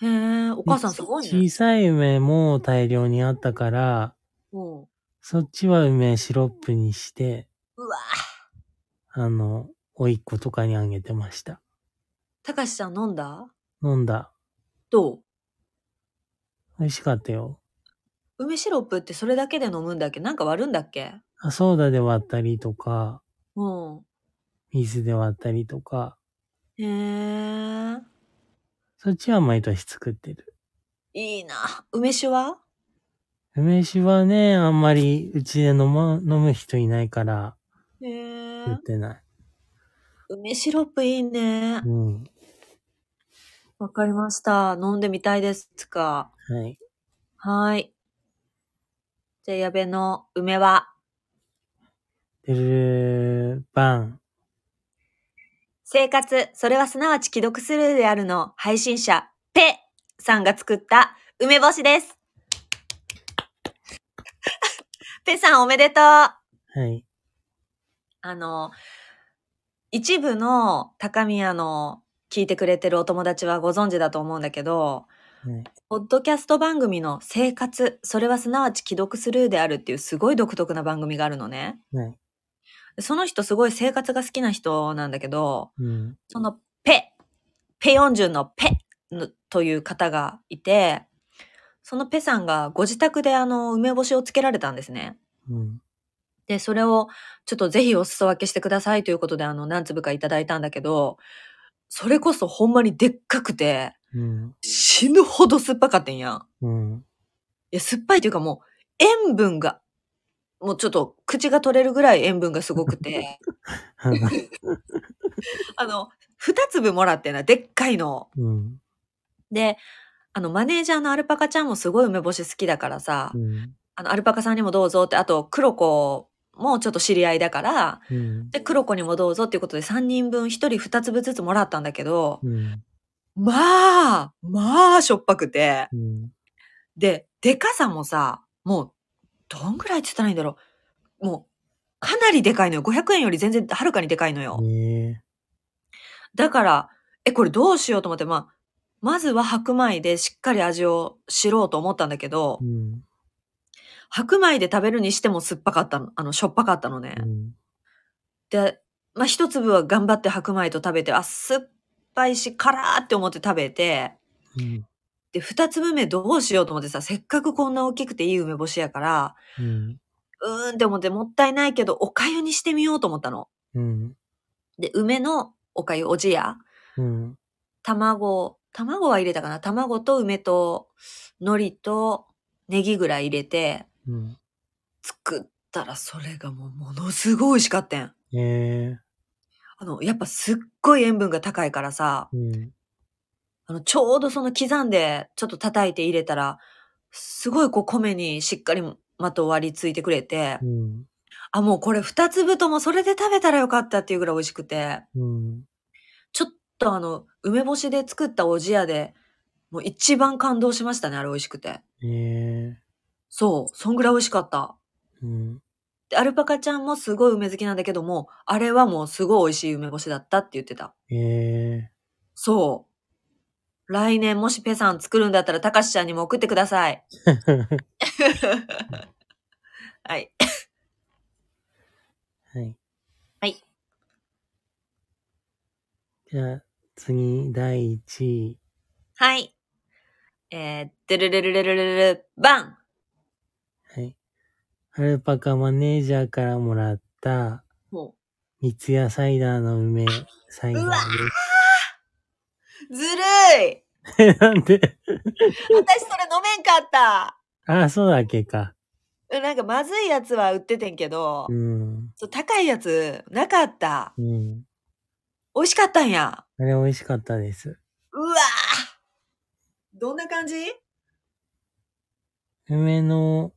Speaker 2: へえ、お
Speaker 1: お
Speaker 2: 母さんすごいね
Speaker 1: 小。さい梅も大量にあったから、
Speaker 2: うん。う
Speaker 1: そっちは梅シロップにして、
Speaker 2: わ
Speaker 1: あの、おいっ子とかにあげてました。
Speaker 2: たかしさん飲んだ
Speaker 1: 飲んだ。
Speaker 2: どう
Speaker 1: 美味しかったよ。
Speaker 2: 梅シロップってそれだけで飲むんだっけなんか割るんだっけ
Speaker 1: あソーダで割ったりとか、
Speaker 2: うん。
Speaker 1: 水で割ったりとか、
Speaker 2: へえ。
Speaker 1: そっちは毎年作ってる。
Speaker 2: いいな。梅酒は
Speaker 1: 梅酒はね、あんまりうちで飲,、ま、飲む人いないから、
Speaker 2: へえ
Speaker 1: 売。ってない。
Speaker 2: 梅シロップいいね。
Speaker 1: うん。
Speaker 2: わかりました。飲んでみたいです。つか。
Speaker 1: はい。
Speaker 2: はーい。じゃあ、矢部の梅は、
Speaker 1: てるるー、バン。
Speaker 2: 生活、それはすなわち既読スルーであるの配信者、ペさんが作った梅干しです。 ペさんおめでとうあ
Speaker 1: はい。
Speaker 2: の、一部の高宮の聞いてくれてるお友達はご存知だと思うんだけど、
Speaker 1: はい。
Speaker 2: ポッドキャスト番組の生活、それはすなわち既読スルーであるっていうすごい独特な番組があるのね。
Speaker 1: はい。
Speaker 2: その人すごい生活が好きな人なんだけど、
Speaker 1: うん。
Speaker 2: そのペ、ペヨンジュンのペのという方がいて、そのペさんがご自宅であの梅干しをつけられたんですね。
Speaker 1: うん。
Speaker 2: で、それをちょっとぜひお裾分けしてくださいということであの何粒かいただいたんだけど、それこそほんまにでっかくて
Speaker 1: うん。
Speaker 2: 死ぬほど酸っぱかったんやん。
Speaker 1: うん。
Speaker 2: いや、酸っぱいというかもう、塩分が、もうちょっと口が取れるぐらい塩分がすごく て、あの、二粒もらってな、でっかいの。
Speaker 1: うん。
Speaker 2: で、あの、マネージャーのアルパカちゃんもすごい梅干し好きだからさ、
Speaker 1: うん。
Speaker 2: あの、アルパカさんにもどうぞって、あと、クロコもちょっと知り合いだから、
Speaker 1: うん。
Speaker 2: で、クロコにもどうぞっていうことで3人分1人2粒ずつもらったんだけど、
Speaker 1: うん。
Speaker 2: まあ、まあ、しょっぱくて、
Speaker 1: うん。
Speaker 2: で、でかさもさ、もう、どんぐらいって言ったらいいんだろう。もう、かなりでかいのよ。500円より全然はるかにでかいのよ。
Speaker 1: ね
Speaker 2: だから、え、これどうしようと思って、まあ、まずは白米でしっかり味を知ろうと思ったんだけど
Speaker 1: え。う、ん。
Speaker 2: 白米で食べるにしても酸っぱかったの、あの、しょっぱかったのね
Speaker 1: う。ん。
Speaker 2: で、まあ、一粒は頑張って白米と食べて、あ、酸っぱいし、辛ーって思って食べて、
Speaker 1: うん。
Speaker 2: で、二粒目どうしようと思ってさ、せっかくこんな大きくていい梅干しやから、
Speaker 1: うん。
Speaker 2: うーんって思ってもったいないけど、お粥にしてみようと思ったの。
Speaker 1: うん。
Speaker 2: で、梅のお粥、おじや、
Speaker 1: うん。
Speaker 2: 卵、卵は入れたかな卵と梅と、海苔と、ネギぐらい入れて、
Speaker 1: うん。
Speaker 2: 作ったらそれがもうものすごい美味しかったん。
Speaker 1: ええ。
Speaker 2: あの、やっぱすっごい塩分が高いからさ、
Speaker 1: うん。
Speaker 2: あの、ちょうどその刻んで、ちょっと叩いて入れたら、すごいこう米にしっかりまとわりついてくれて
Speaker 1: う、ん。
Speaker 2: あ、もうこれ二粒ともそれで食べたらよかったっていうぐらい美味しくて、
Speaker 1: うん。
Speaker 2: ちょっとあの、梅干しで作ったおじやで、もう一番感動しましたね、あれ美味しくて。
Speaker 1: ええ。
Speaker 2: そう、そんぐらい美味しかった。
Speaker 1: うん。
Speaker 2: で、アルパカちゃんもすごい梅好きなんだけども、あれはもうすごい美味しい梅干しだったって言ってた。
Speaker 1: ええ。
Speaker 2: そう。来年もしペさん作るんだったら、たかしちゃんにも送ってください。 はい。
Speaker 1: はい。じゃあ、次、第1位。
Speaker 2: はい。えー、でるるるるるるる、バン
Speaker 1: はい。アルパカマネージャーからもらった、
Speaker 2: も
Speaker 1: 三ツ矢サイダーの梅サイダー
Speaker 2: う、ずるい
Speaker 1: です。 なんで
Speaker 2: 私それ飲めんかった
Speaker 1: あ、そうだっけか。
Speaker 2: うんなんかまずいやつは売っててんけど、
Speaker 1: うん。
Speaker 2: そう高いやつなかった。
Speaker 1: うん。
Speaker 2: 美味しかったんや。
Speaker 1: あれ美味しかったです。
Speaker 2: うわーどんな感じ
Speaker 1: 梅の、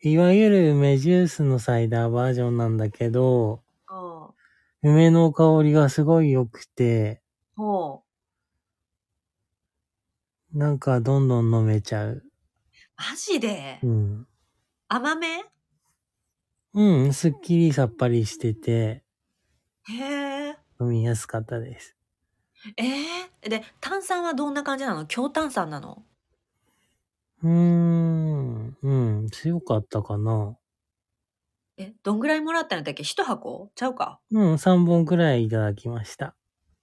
Speaker 1: いわゆる梅ジュースのサイダーバージョンなんだけど、
Speaker 2: うん。
Speaker 1: 梅の香りがすごい良くて、
Speaker 2: ほう。
Speaker 1: なんかどんどん飲めちゃう。
Speaker 2: マジで、
Speaker 1: うん。
Speaker 2: 甘め
Speaker 1: うん、すっきりさっぱりしてて、
Speaker 2: へえ。
Speaker 1: 飲みやすかったです。
Speaker 2: えー、で、炭酸はどんな感じなの強炭酸なの
Speaker 1: うーん、うん、強かったかな。
Speaker 2: え、どんぐらいもらったんやったっけ一箱ちゃうか
Speaker 1: うん、3本くらいいただきました。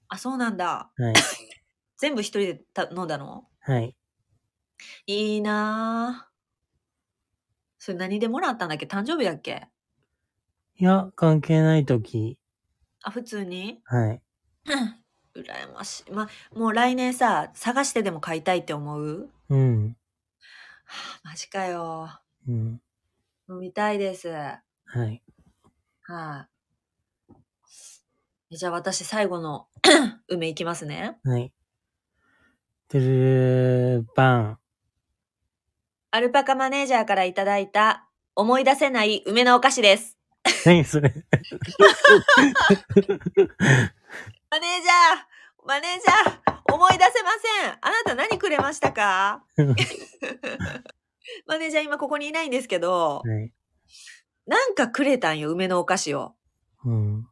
Speaker 2: あ、そうなんだ。
Speaker 1: はい。
Speaker 2: 全部一人でた飲んだの
Speaker 1: はい。
Speaker 2: いいなぁ。それ何でもらったんだっけ誕生日だっけ
Speaker 1: いや、関係ないとき。
Speaker 2: あ、普通に
Speaker 1: はい。
Speaker 2: うん羨ましい。ま、もう来年さ、探してでも買いたいって思う
Speaker 1: うん、
Speaker 2: は あマジかよ。
Speaker 1: うん、
Speaker 2: 飲みたいです。はい、
Speaker 1: はい。
Speaker 2: えじゃあ私最後の 梅いきますね。
Speaker 1: はい。てるるるばん。
Speaker 2: アルパカマネージャーからいただいた思い出せない梅のお菓子です。
Speaker 1: 何それ。
Speaker 2: マネージャーマネージャー思い出せませんあなた何くれましたかマネージャー今ここにいないんですけど、
Speaker 1: はい。
Speaker 2: なんかくれたんよ、梅のお菓子を。
Speaker 1: うん、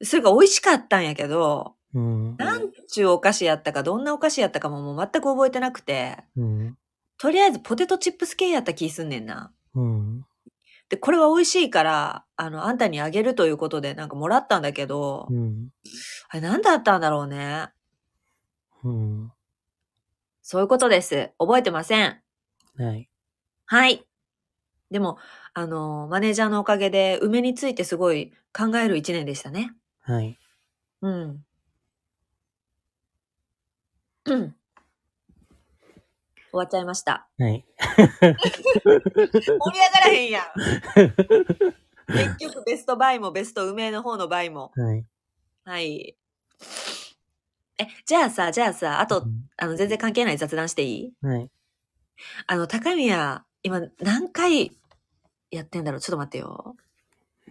Speaker 2: それが美味しかったんやけど、
Speaker 1: うん、
Speaker 2: なんちゅうお菓子やったか、どんなお菓子やったかももう全く覚えてなくて、
Speaker 1: うん、
Speaker 2: とりあえずポテトチップス系やった気すんねんな。
Speaker 1: うん、
Speaker 2: で、これは美味しいから、あの、あんたにあげるということでなんかもらったんだけど
Speaker 1: う、ん、
Speaker 2: あれ何だったんだろうね。
Speaker 1: うん。
Speaker 2: そういうことです。覚えてません。
Speaker 1: はい。
Speaker 2: はい。でも、あの、マネージャーのおかげで、梅についてすごい考える一年でしたね。
Speaker 1: はい。
Speaker 2: うん。うん。終わっちゃい ました。
Speaker 1: はい。
Speaker 2: 盛り上がらへんやん。結局、ベストバイもベスト梅の方のバイも。
Speaker 1: はい。
Speaker 2: はい。え、じゃあさ、じゃあさ、あと、あの、全然関係ない雑談していい
Speaker 1: はい。
Speaker 2: あの、高宮、今何回やってんだろうちょっと待ってよ。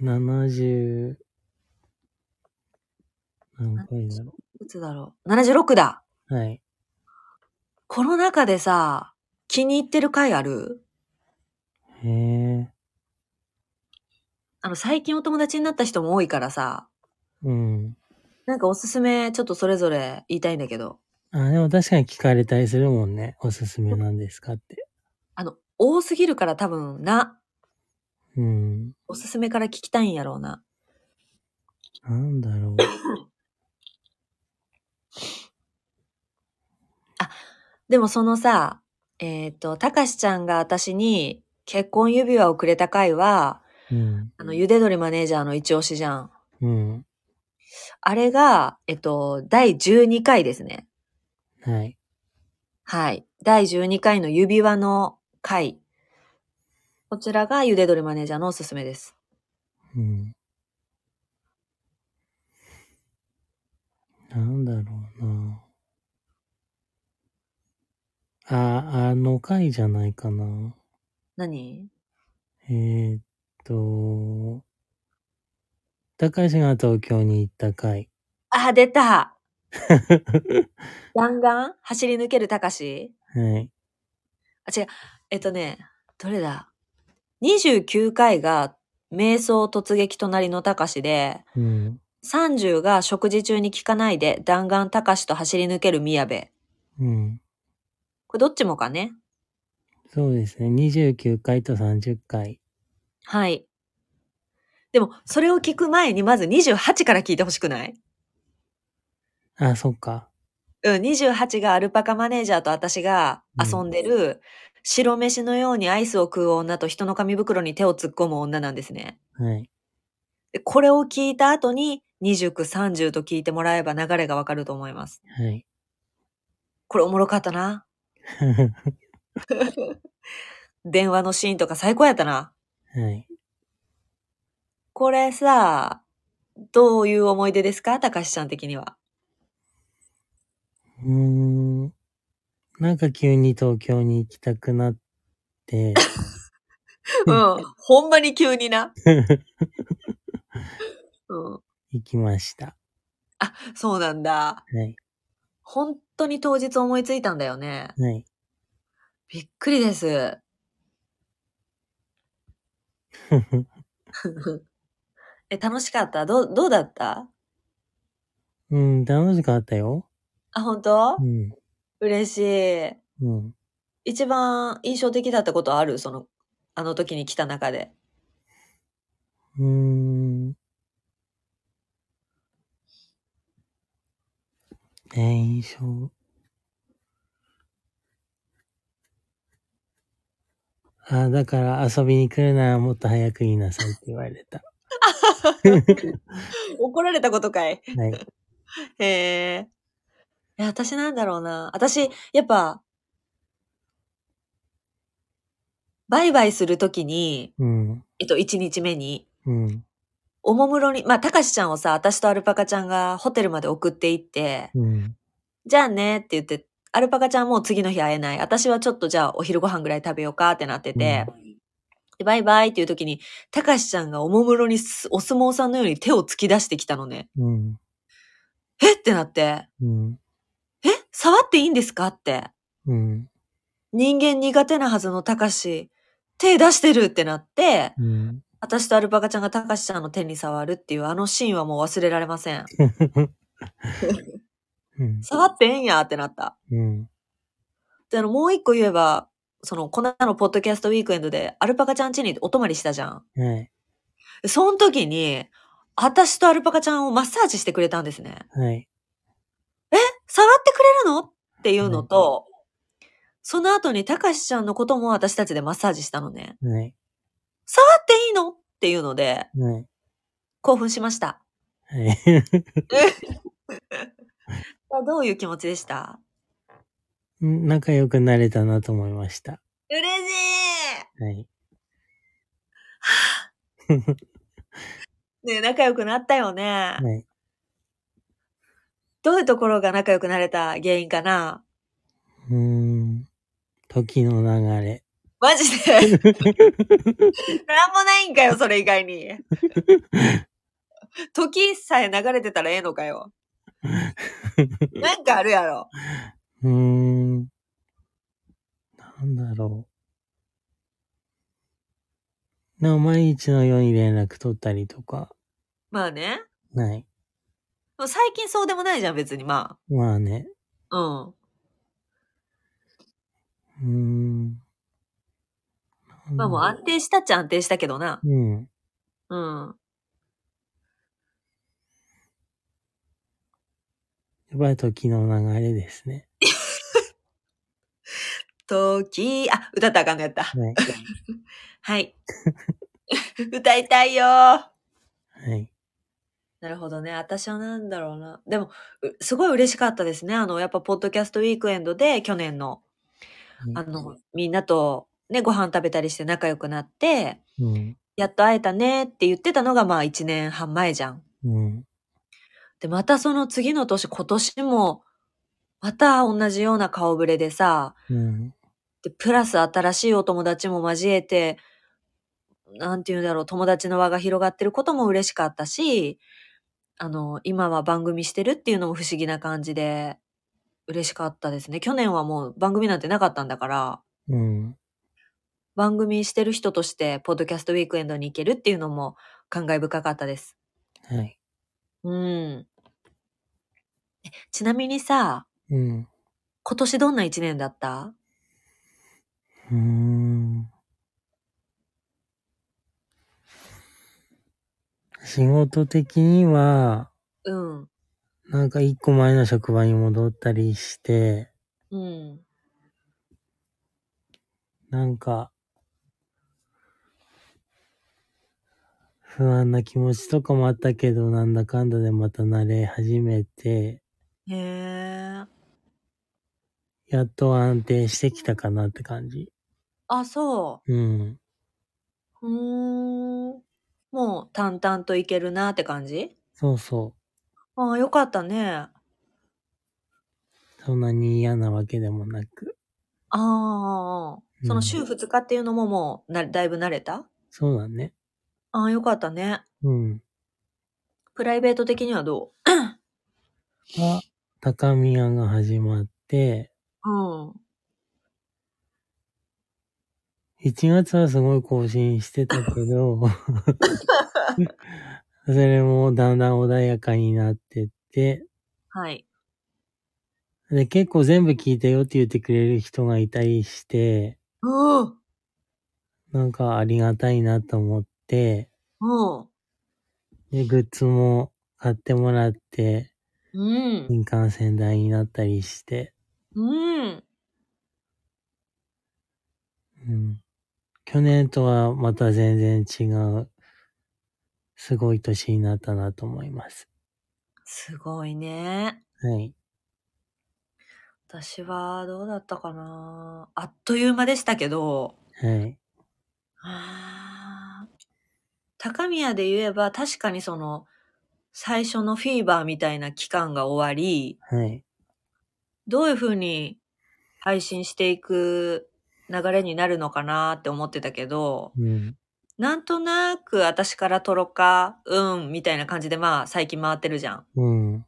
Speaker 1: 70、何回だろ
Speaker 2: いつだろう ?76 だ。
Speaker 1: う。はい。
Speaker 2: この中でさ、気に入ってる回ある
Speaker 1: へえ。
Speaker 2: あの、最近お友達になった人も多いからさ、
Speaker 1: うん。
Speaker 2: なんかおすすめ、ちょっとそれぞれ言いたいんだけど、
Speaker 1: あ、でも確かに聞かれたりするもんね。おすすめなんですかって。
Speaker 2: あの、多すぎるから多分な、
Speaker 1: うん。
Speaker 2: おすすめから聞きたいんやろうな。
Speaker 1: なんだろう。
Speaker 2: でもそのさ、えっ、と、たかしちゃんが私に結婚指輪をくれた回は、
Speaker 1: うん。
Speaker 2: あの、ゆでどりマネージャーの一押しじゃん。
Speaker 1: うん。
Speaker 2: あれが、えっと、第12回ですね。
Speaker 1: はい。
Speaker 2: はい。第12回の指輪の回。こちらがゆでどりマネージャーのおすすめです。
Speaker 1: うん。なんだろうな。あ、あの回じゃないかな。
Speaker 2: 何
Speaker 1: えーっと、高橋が東京に行った回。
Speaker 2: あ、出た弾丸走り抜けるたかし
Speaker 1: はい。
Speaker 2: あ、違う。えっとね、どれだ ?29 回が瞑想突撃隣のたかしで、
Speaker 1: うん。
Speaker 2: 30が食事中に聞かないで弾丸たかしと走り抜ける宮部。
Speaker 1: うん。
Speaker 2: これどっちもかね
Speaker 1: そうですね。29回と30回。
Speaker 2: はい。でも、それを聞く前にまず28から聞いてほしくない
Speaker 1: あ、そっか。
Speaker 2: うん、28がアルパカマネージャーと私が遊んでる、白飯のようにアイスを食う女と人の紙袋に手を突っ込む女なんですね。
Speaker 1: はい。
Speaker 2: でこれを聞いた後に、29、30と聞いてもらえば流れがわかると思います。
Speaker 1: はい。
Speaker 2: これおもろかったな。電話のシーンとか最高やったな。
Speaker 1: はい。
Speaker 2: これさ、どういう思い出ですかたかしちゃん的には。
Speaker 1: うーん。なんか急に東京に行きたくなって、
Speaker 2: うん。ほんまに急にな。うん。
Speaker 1: 行きました。
Speaker 2: そうなんだ。
Speaker 1: はい。
Speaker 2: 本当に当日思いついたんだよね。
Speaker 1: はい。
Speaker 2: びっくり です。え、楽しかったどう、どうだった
Speaker 1: うん、楽しかったよ。
Speaker 2: あ、本当
Speaker 1: うん。
Speaker 2: 嬉しい。
Speaker 1: うん。
Speaker 2: 一番印象的だったことあるその、あの時に来た中で。
Speaker 1: うーん。えー、印象。あーだから遊びに来るならもっと早く言いなさいって言われた。
Speaker 2: 怒られたことかい。
Speaker 1: はい。
Speaker 2: へえ。いや、私なんだろうな。私、やっぱ、バイバイするときに、
Speaker 1: うん。
Speaker 2: えっと、1日目に、
Speaker 1: うん。
Speaker 2: おもむろに、まあ、たかしちゃんをさ、私とアルパカちゃんがホテルまで送っていって、
Speaker 1: うん。
Speaker 2: じゃあねって言って、アルパカちゃんもう次の日会えない。私はちょっとじゃあお昼ご飯ぐらい食べようかってなってて、でバイバイっていう時に、たかしちゃんがおもむろにすお相撲さんのように手を突き出してきたのね。
Speaker 1: うん。
Speaker 2: えってなって、
Speaker 1: うん。
Speaker 2: え触っていいんですかって。
Speaker 1: うん。
Speaker 2: 人間苦手なはずのたかし、手出してるってなって、
Speaker 1: うん。
Speaker 2: 私とアルパカちゃんがたかしちゃんの手に触るっていうあのシーンはもう忘れられません。
Speaker 1: うん。
Speaker 2: 触ってええんやってなった。
Speaker 1: うん。
Speaker 2: で、あの、もう一個言えば、その、この間のポッドキャストウィークエンドで、アルパカちゃん家にお泊まりしたじゃん。
Speaker 1: はい。
Speaker 2: でその時に、私とアルパカちゃんをマッサージしてくれたんですね。
Speaker 1: はい。
Speaker 2: 触ってくれるのっていうのと、その後にたかしちゃんのことも私たちでマッサージしたのね。
Speaker 1: はい。
Speaker 2: 触っていいのっていうので、
Speaker 1: はい。
Speaker 2: 興奮しました。
Speaker 1: はい。
Speaker 2: あどういう気持ちでした
Speaker 1: うん仲良くなれたなと思いました。
Speaker 2: 嬉し
Speaker 1: はい。
Speaker 2: いね仲良くなったよね。
Speaker 1: はい。
Speaker 2: どういうところが仲良くなれた原因かな
Speaker 1: うーん。時の流れ。
Speaker 2: マジで なんもないんかよ、それ以外に。時さえ流れてたらええのかよ。なんかあるやろ。
Speaker 1: うーん。なんだろう。なお、毎日のように連絡取ったりとか。
Speaker 2: まあね。
Speaker 1: ない。
Speaker 2: 最近そうでもないじゃん、別に。ま
Speaker 1: まあね。
Speaker 2: あ。
Speaker 1: う
Speaker 2: うん。
Speaker 1: ーん。
Speaker 2: まあもう安定したっちゃ安定したけどな。
Speaker 1: うん。
Speaker 2: うん。
Speaker 1: やっぱり時の流れですね。
Speaker 2: 時、あ、歌ったらあかんのやった。
Speaker 1: はい。
Speaker 2: はい。歌いたいよー。
Speaker 1: はい。
Speaker 2: なるほどね。私はなんだろうな。でも、うすごい嬉しかったですね。あの、やっぱ、ポッドキャストウィークエンドで、去年の、
Speaker 1: うん
Speaker 2: あの、みんなと、ね、ご飯食べたりして仲良くなって、
Speaker 1: うん。
Speaker 2: やっと会えたねって言ってたのが、まあ、1年半前じゃん。
Speaker 1: うん。
Speaker 2: で、またその次の年、今年も、また同じような顔ぶれでさ、
Speaker 1: うん。
Speaker 2: で、プラス新しいお友達も交えて、なんて言うんだろう、友達の輪が広がってることも嬉しかったし、あの、今は番組してるっていうのも不思議な感じで、嬉しかったですね。去年はもう番組なんてなかったんだから、
Speaker 1: うん。
Speaker 2: 番組してる人として、ポッドキャストウィークエンドに行けるっていうのも感慨深かったです。
Speaker 1: はい。
Speaker 2: うん。えちなみにさ、
Speaker 1: うん。う
Speaker 2: 今年どんな一年だった
Speaker 1: ーん。仕事的には、
Speaker 2: うん。
Speaker 1: なんか一個前の職場に戻ったりして、
Speaker 2: うん。
Speaker 1: なんか、不安な気持ちとかもあったけど、なんだかんだでまた慣れ始めて、
Speaker 2: へえ。
Speaker 1: やっと安定してきたかなって感じ。
Speaker 2: あ、そ
Speaker 1: うん。
Speaker 2: う。うーん。もう淡々といけるなって感じ
Speaker 1: そうそ
Speaker 2: ああ、よかったね。
Speaker 1: う。そんなに嫌なわけでもなく。
Speaker 2: ああ、
Speaker 1: うん
Speaker 2: その週2日っていうのももうな、だいぶ慣れた
Speaker 1: そうだね。
Speaker 2: ああ、よかったね。
Speaker 1: うん。
Speaker 2: プライベート的にはど
Speaker 1: が、高宮が始まって、
Speaker 2: ううん。
Speaker 1: 1月はすごい更新してたけど、それもだんだん穏やかになってって、
Speaker 2: はい。
Speaker 1: で、結構全部聞いたよって言ってくれる人がいたりして、
Speaker 2: うん。うん。
Speaker 1: なんかありがたいなと思って、で、グッズも買ってもらって、
Speaker 2: うん。
Speaker 1: 新幹線代になったりして、
Speaker 2: うん。
Speaker 1: うん。去年とはまた全然違う、すごい年になったなと思います。
Speaker 2: すごいね。
Speaker 1: はい。
Speaker 2: 私はどうだったかな。あっという間でしたけど、
Speaker 1: はい。
Speaker 2: あー高宮で言えば確かにその、最初のフィーバーみたいな期間が終わり、
Speaker 1: はい。
Speaker 2: どういうふうに配信していく流れになるのかなって思ってたけど、
Speaker 1: うん。
Speaker 2: なんとなく私からトロか、うん、みたいな感じでまあ最近回ってるじゃん。
Speaker 1: うん。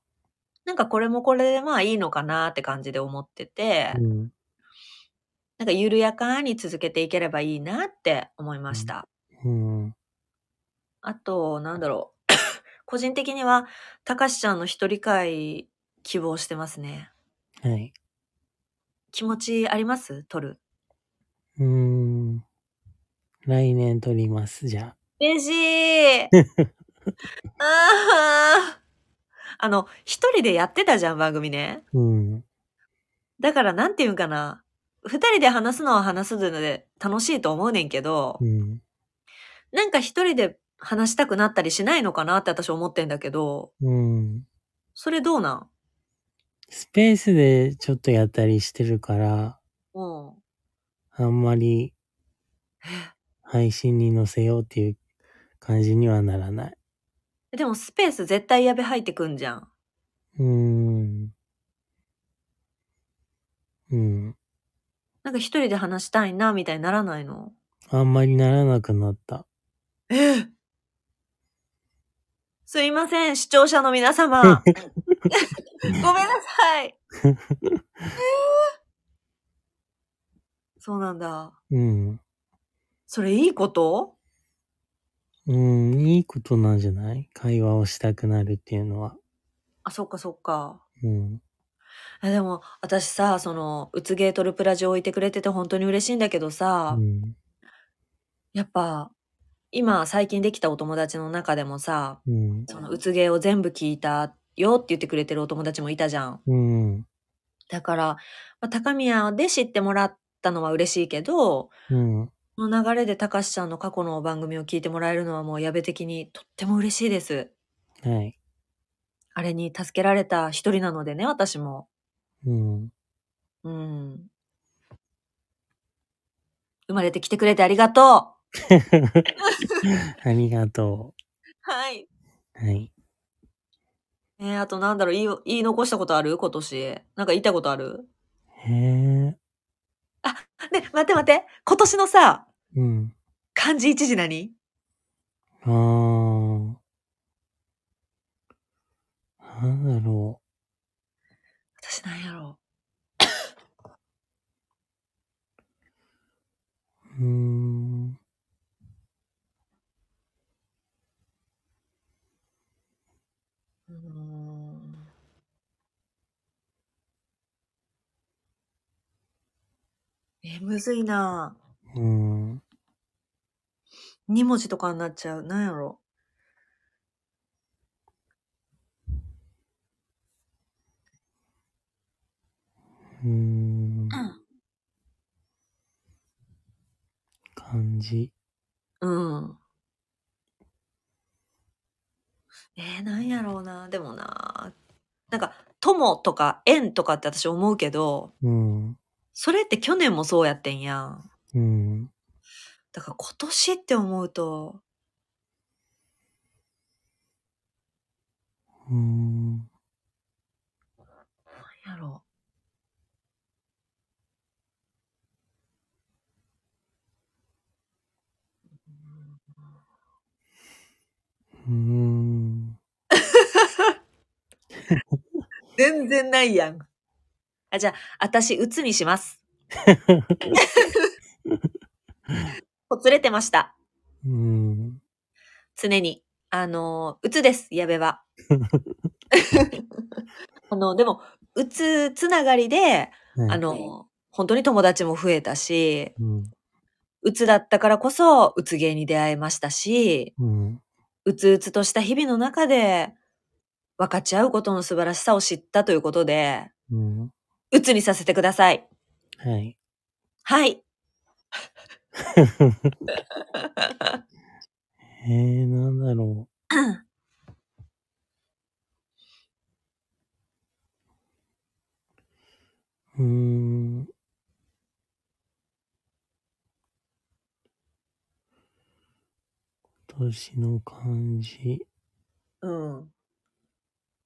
Speaker 2: なんかこれもこれでまあいいのかなって感じで思ってて、
Speaker 1: うん。
Speaker 2: なんか緩やかに続けていければいいなって思いました。
Speaker 1: うん。
Speaker 2: あと、なんだろう。 個人的には、たかしちゃんの一人会希望してますね。
Speaker 1: はい。
Speaker 2: 気持ちあります撮る。
Speaker 1: うーん。来年撮ります、じゃあ。
Speaker 2: 嬉しい あああの、一人でやってたじゃん、番組ね。
Speaker 1: うん。
Speaker 2: だから、なんていうんかな。二人で話すのは話すので楽しいと思うねんけど
Speaker 1: う、ん。
Speaker 2: なんか一人で話したくなったりしないのかなって私思ってんだけど、
Speaker 1: うん。
Speaker 2: それどうなん
Speaker 1: スペースでちょっとやったりしてるから、
Speaker 2: うん。
Speaker 1: あんまり配信に載せようっていう感じにはならない。
Speaker 2: でもスペース絶対矢部入ってくんじゃん。
Speaker 1: うーん。うん。
Speaker 2: なんか一人で話したいな、みたいにならないの
Speaker 1: あんまりならなくなった。
Speaker 2: ええすいません、視聴者の皆様。ごめんなさい。ええそうなんだ。
Speaker 1: うん。
Speaker 2: それいいこと
Speaker 1: うん。いいことなんじゃない会話をしたくなるっていうのは。
Speaker 2: あ、そっかそっか。
Speaker 1: うん。
Speaker 2: えでも、私さ、その、うつゲートルプラジオ置いてくれてて本当に嬉しいんだけど
Speaker 1: う
Speaker 2: さ、
Speaker 1: ん。
Speaker 2: やっぱ、今最近できたお友達の中でもさ、
Speaker 1: うん。
Speaker 2: その、うつゲーを全部聞いたよって言ってくれてるお友達もいたじゃん。
Speaker 1: うん。
Speaker 2: だから、まあ、高宮で知ってもらったのは嬉しいけど、
Speaker 1: うん。
Speaker 2: この流れでたかしちゃんの過去の番組を聞いてもらえるのはもう矢部的にとっても嬉しいです。
Speaker 1: はい。
Speaker 2: あれに助けられた一人なのでね、私も。
Speaker 1: うん。
Speaker 2: うん。生まれてきてくれてありがと
Speaker 1: ありがと
Speaker 2: うはい。
Speaker 1: う。はい。
Speaker 2: えー、あとなんだろう、言い、言い残したことある今年。なんか言いたいことある
Speaker 1: へえ。
Speaker 2: ね、待って待って。今年のさ、
Speaker 1: うん。
Speaker 2: 漢字一字何
Speaker 1: あー。なんだろ
Speaker 2: 私なんやろ
Speaker 1: う。うーん。
Speaker 2: う。うーん。え、むずいなぁ。
Speaker 1: うん。
Speaker 2: 2文字とかになっちゃう。なんやろ。
Speaker 1: うーん。
Speaker 2: うん
Speaker 1: 感じ。
Speaker 2: うん。えー、なんやろうな。でもな。なんか、友とか縁とかって私思うけど、
Speaker 1: うん。
Speaker 2: それって去年もそうやってんやん。
Speaker 1: うん。
Speaker 2: だから今年って思うと、
Speaker 1: うーん。
Speaker 2: なんやろう。
Speaker 1: うーん。
Speaker 2: 全然ないやん。あ、じゃあ、私、うつにします。ほつれてました。
Speaker 1: うん。
Speaker 2: 常に。あの、うつです、矢部は。 あの、でも、うつつながりで、
Speaker 1: ね
Speaker 2: あ、の、本当に友達も増えたし、
Speaker 1: うん。
Speaker 2: うつだったからこそ、うつ芸に出会えましたし、
Speaker 1: うん。
Speaker 2: うつうつとした日々の中で、分かち合うことの素晴らしさを知ったということで、
Speaker 1: うん。
Speaker 2: うつにさせてください。
Speaker 1: はい。
Speaker 2: はい。
Speaker 1: えー、なんだろう。うーん。今年の感じ。
Speaker 2: うん。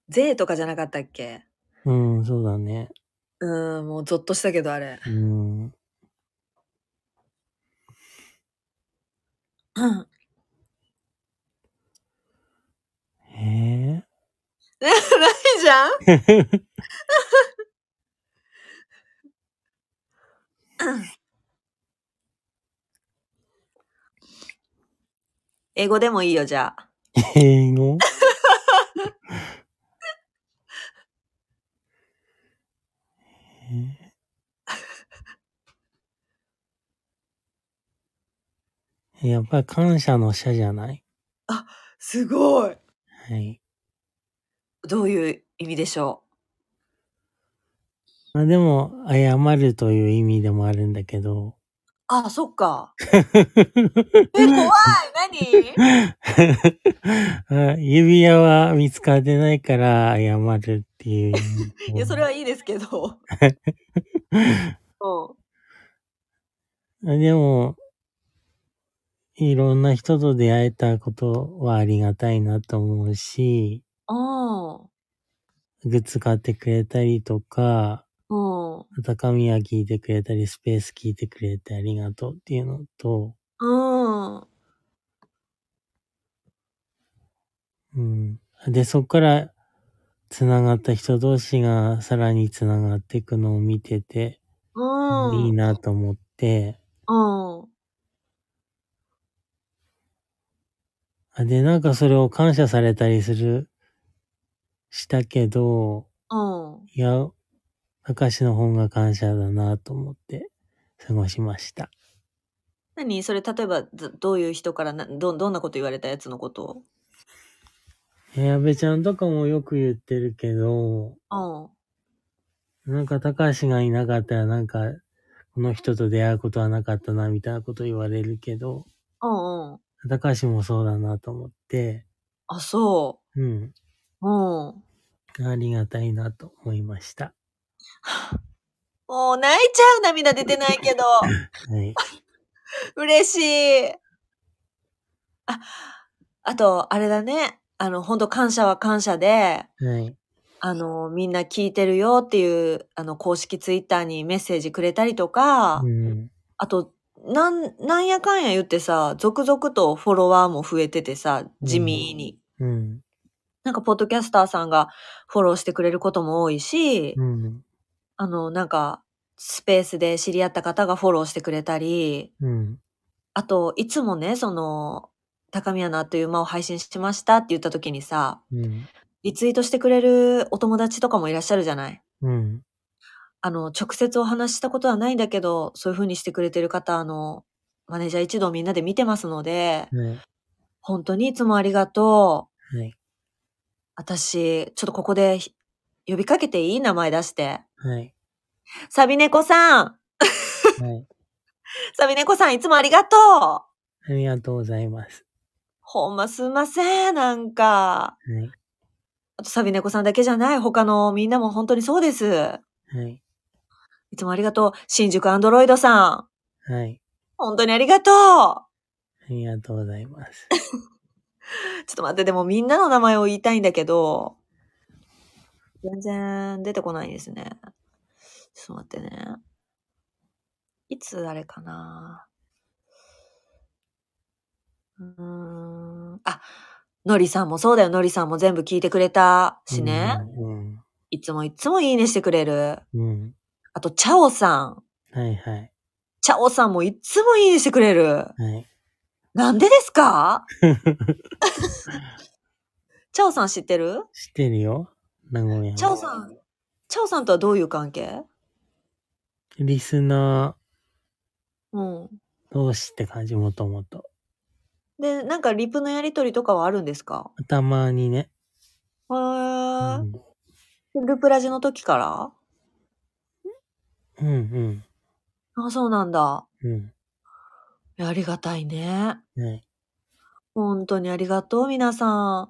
Speaker 2: 税とかじゃなかったっけ
Speaker 1: うん、そうだね。
Speaker 2: うん、もうゾッとしたけど、あれ。
Speaker 1: うん。
Speaker 2: うん。
Speaker 1: え
Speaker 2: ないじゃん
Speaker 1: ー、
Speaker 2: 英語でもいいよ、じゃあ。
Speaker 1: 英語えーやっぱり感謝の謝じゃない
Speaker 2: すごい。
Speaker 1: はい。
Speaker 2: どういう意味でしょ
Speaker 1: まあでも、謝るという意味でもあるんだけど。
Speaker 2: うあ、そっ か。え、怖い何
Speaker 1: あ指輪は見つかってないから謝るっていう。
Speaker 2: いや、それはいいですけ ど。うん。
Speaker 1: あでも、いろんな人と出会えたことはありがたいなと思うし、
Speaker 2: うん。
Speaker 1: グッズ買ってくれたりとか、
Speaker 2: うん。
Speaker 1: 高みは聞いてくれたり、スペース聞いてくれてありがとうっていうのと、
Speaker 2: うん。
Speaker 1: うん。で、そこから繋がった人同士がさらに繋がっていくのを見てて、
Speaker 2: うん。
Speaker 1: いいなと思って、
Speaker 2: うん。
Speaker 1: あで、なんかそれを感謝されたりする、したけど、
Speaker 2: うん。
Speaker 1: いや、明石の本が感謝だなと思って過ごしました。
Speaker 2: 何それ、例えば、どどういう人からなど、どんなこと言われたやつのこと
Speaker 1: え矢部ちゃんとかもよく言ってるけど、
Speaker 2: うん。
Speaker 1: なんか高橋がいなかったらなんか、この人と出会うことはなかったなみたいなこと言われるけど、
Speaker 2: うんうん。
Speaker 1: 高橋もそうだなと思って、
Speaker 2: あ、そ
Speaker 1: うん、
Speaker 2: う。うん。
Speaker 1: ありがたいなと思いました。
Speaker 2: もう泣いちゃう涙出てないけど、
Speaker 1: はい。
Speaker 2: 嬉しい。あ、あと、あれだね。あの、本当感謝は感謝で、
Speaker 1: はい。
Speaker 2: あの、みんな聞いてるよっていう、あの、公式ツイッターにメッセージくれたりとか、
Speaker 1: うん。
Speaker 2: あと、なん、なんやかんや言ってさ、続々とフォロワーも増えててさ、地味に。
Speaker 1: うん。
Speaker 2: なんか、ポッドキャスターさんがフォローしてくれることも多いし、
Speaker 1: うん。
Speaker 2: あの、なんか、スペースで知り合った方がフォローしてくれたり、
Speaker 1: うん。
Speaker 2: あと、いつもね、その、高宮のあっという間を配信しましたって言った時にさ、
Speaker 1: うん。
Speaker 2: リツイートしてくれるお友達とかもいらっしゃるじゃない
Speaker 1: うん。
Speaker 2: あの、直接お話ししたことはないんだけど、そういう風にしてくれてる方、あの、マネージャー一同みんなで見てますので、
Speaker 1: はい。
Speaker 2: 本当にいつもありがとう。
Speaker 1: はい。
Speaker 2: 私、ちょっとここでひ呼びかけていい名前出して。
Speaker 1: はい。
Speaker 2: サビ猫さん。
Speaker 1: はい。
Speaker 2: サビ猫さん、いつもありがとう。
Speaker 1: ありがとうございます。
Speaker 2: ほんますんません、なんか。
Speaker 1: は
Speaker 2: あと、サビ猫さんだけじゃない。他のみんなも本当にそうです。
Speaker 1: い。はい。
Speaker 2: いつもありがとう。新宿アンドロイドさん。
Speaker 1: はい。
Speaker 2: 本当にありがと
Speaker 1: ありがとうございます。
Speaker 2: う。ちょっと待って、でもみんなの名前を言いたいんだけど、全然出てこないですね。ちょっと待ってね。いつあれかなうーん。あ、のりさんもそうだよ。のりさんも全部聞いてくれたしね。
Speaker 1: うん。
Speaker 2: いつもいつもいいねしてくれる。
Speaker 1: うん。うん
Speaker 2: あと、チャオさん。
Speaker 1: はいはい。
Speaker 2: チャオさんもいつもいいねしてくれる。
Speaker 1: はい。
Speaker 2: なんでです かチャオさん知ってる
Speaker 1: 知ってるよ。名古屋。
Speaker 2: チャオさん、チャオさんとはどういう関係
Speaker 1: リスナ
Speaker 2: うん。
Speaker 1: ー同士って感じ、もともと。
Speaker 2: で、なんかリプのやりとりとかはあるんですか
Speaker 1: たまにね。
Speaker 2: へー
Speaker 1: うん
Speaker 2: ルプラジの時から
Speaker 1: うん
Speaker 2: あ、そうなんだ。
Speaker 1: うん。
Speaker 2: いやありがたいね。
Speaker 1: うん。はい。
Speaker 2: 本当にありがとう、皆さん。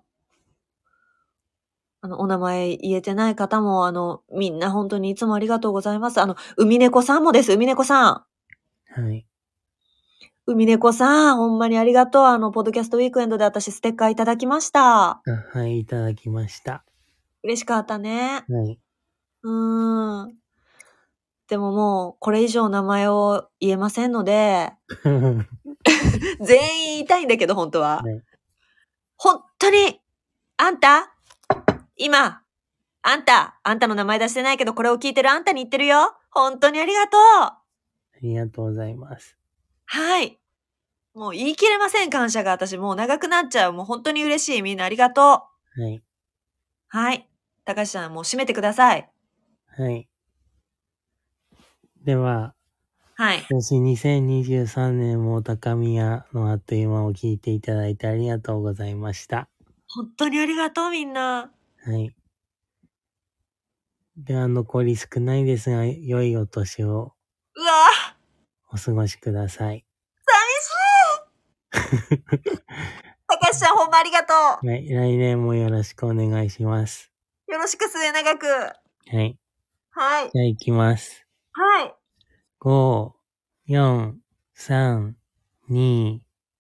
Speaker 2: あの、お名前言えてない方も、あの、みんな本当にいつもありがとうございます。あの、海猫さんもです、海猫さん。
Speaker 1: はい。
Speaker 2: 海猫さん、ほんまにありがとう。あの、ポッドキャストウィークエンドで私ステッカーいただきました。
Speaker 1: あはい、いただきました。
Speaker 2: 嬉しかったね。
Speaker 1: はい。
Speaker 2: うーん。でももう、これ以上名前を言えませんので、 全員言いたいんだけど、本当は。
Speaker 1: ね
Speaker 2: 本当に、あんた今、あんた、あんたの名前出してないけど、これを聞いてるあんたに言ってるよ。本当にありがとう。
Speaker 1: ありがとうございます。
Speaker 2: はい。もう言い切れません、感謝が。私もう長くなっちゃう。もう本当に嬉しい。みんなありがとう。
Speaker 1: はい。
Speaker 2: はい。高橋さん、もう閉めてください。
Speaker 1: はい。では、
Speaker 2: はい。
Speaker 1: 今年2023年も高宮のあっという間を聞いていただいてありがとうございました。
Speaker 2: 本当にありがとう、みんな。
Speaker 1: はい。では、残り少ないですが、良いお年を
Speaker 2: うわぁ
Speaker 1: お過ごしください。
Speaker 2: 高橋さん、ほんまありがとう。
Speaker 1: はい。来年もよろしくお願いします。
Speaker 2: よろしく、末永く。
Speaker 1: はい。
Speaker 2: はい。
Speaker 1: じゃあ、行きます。
Speaker 2: はい。
Speaker 1: 5、4、3、2、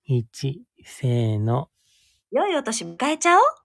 Speaker 1: 1、せーの。
Speaker 2: 良いお年迎えちゃおう。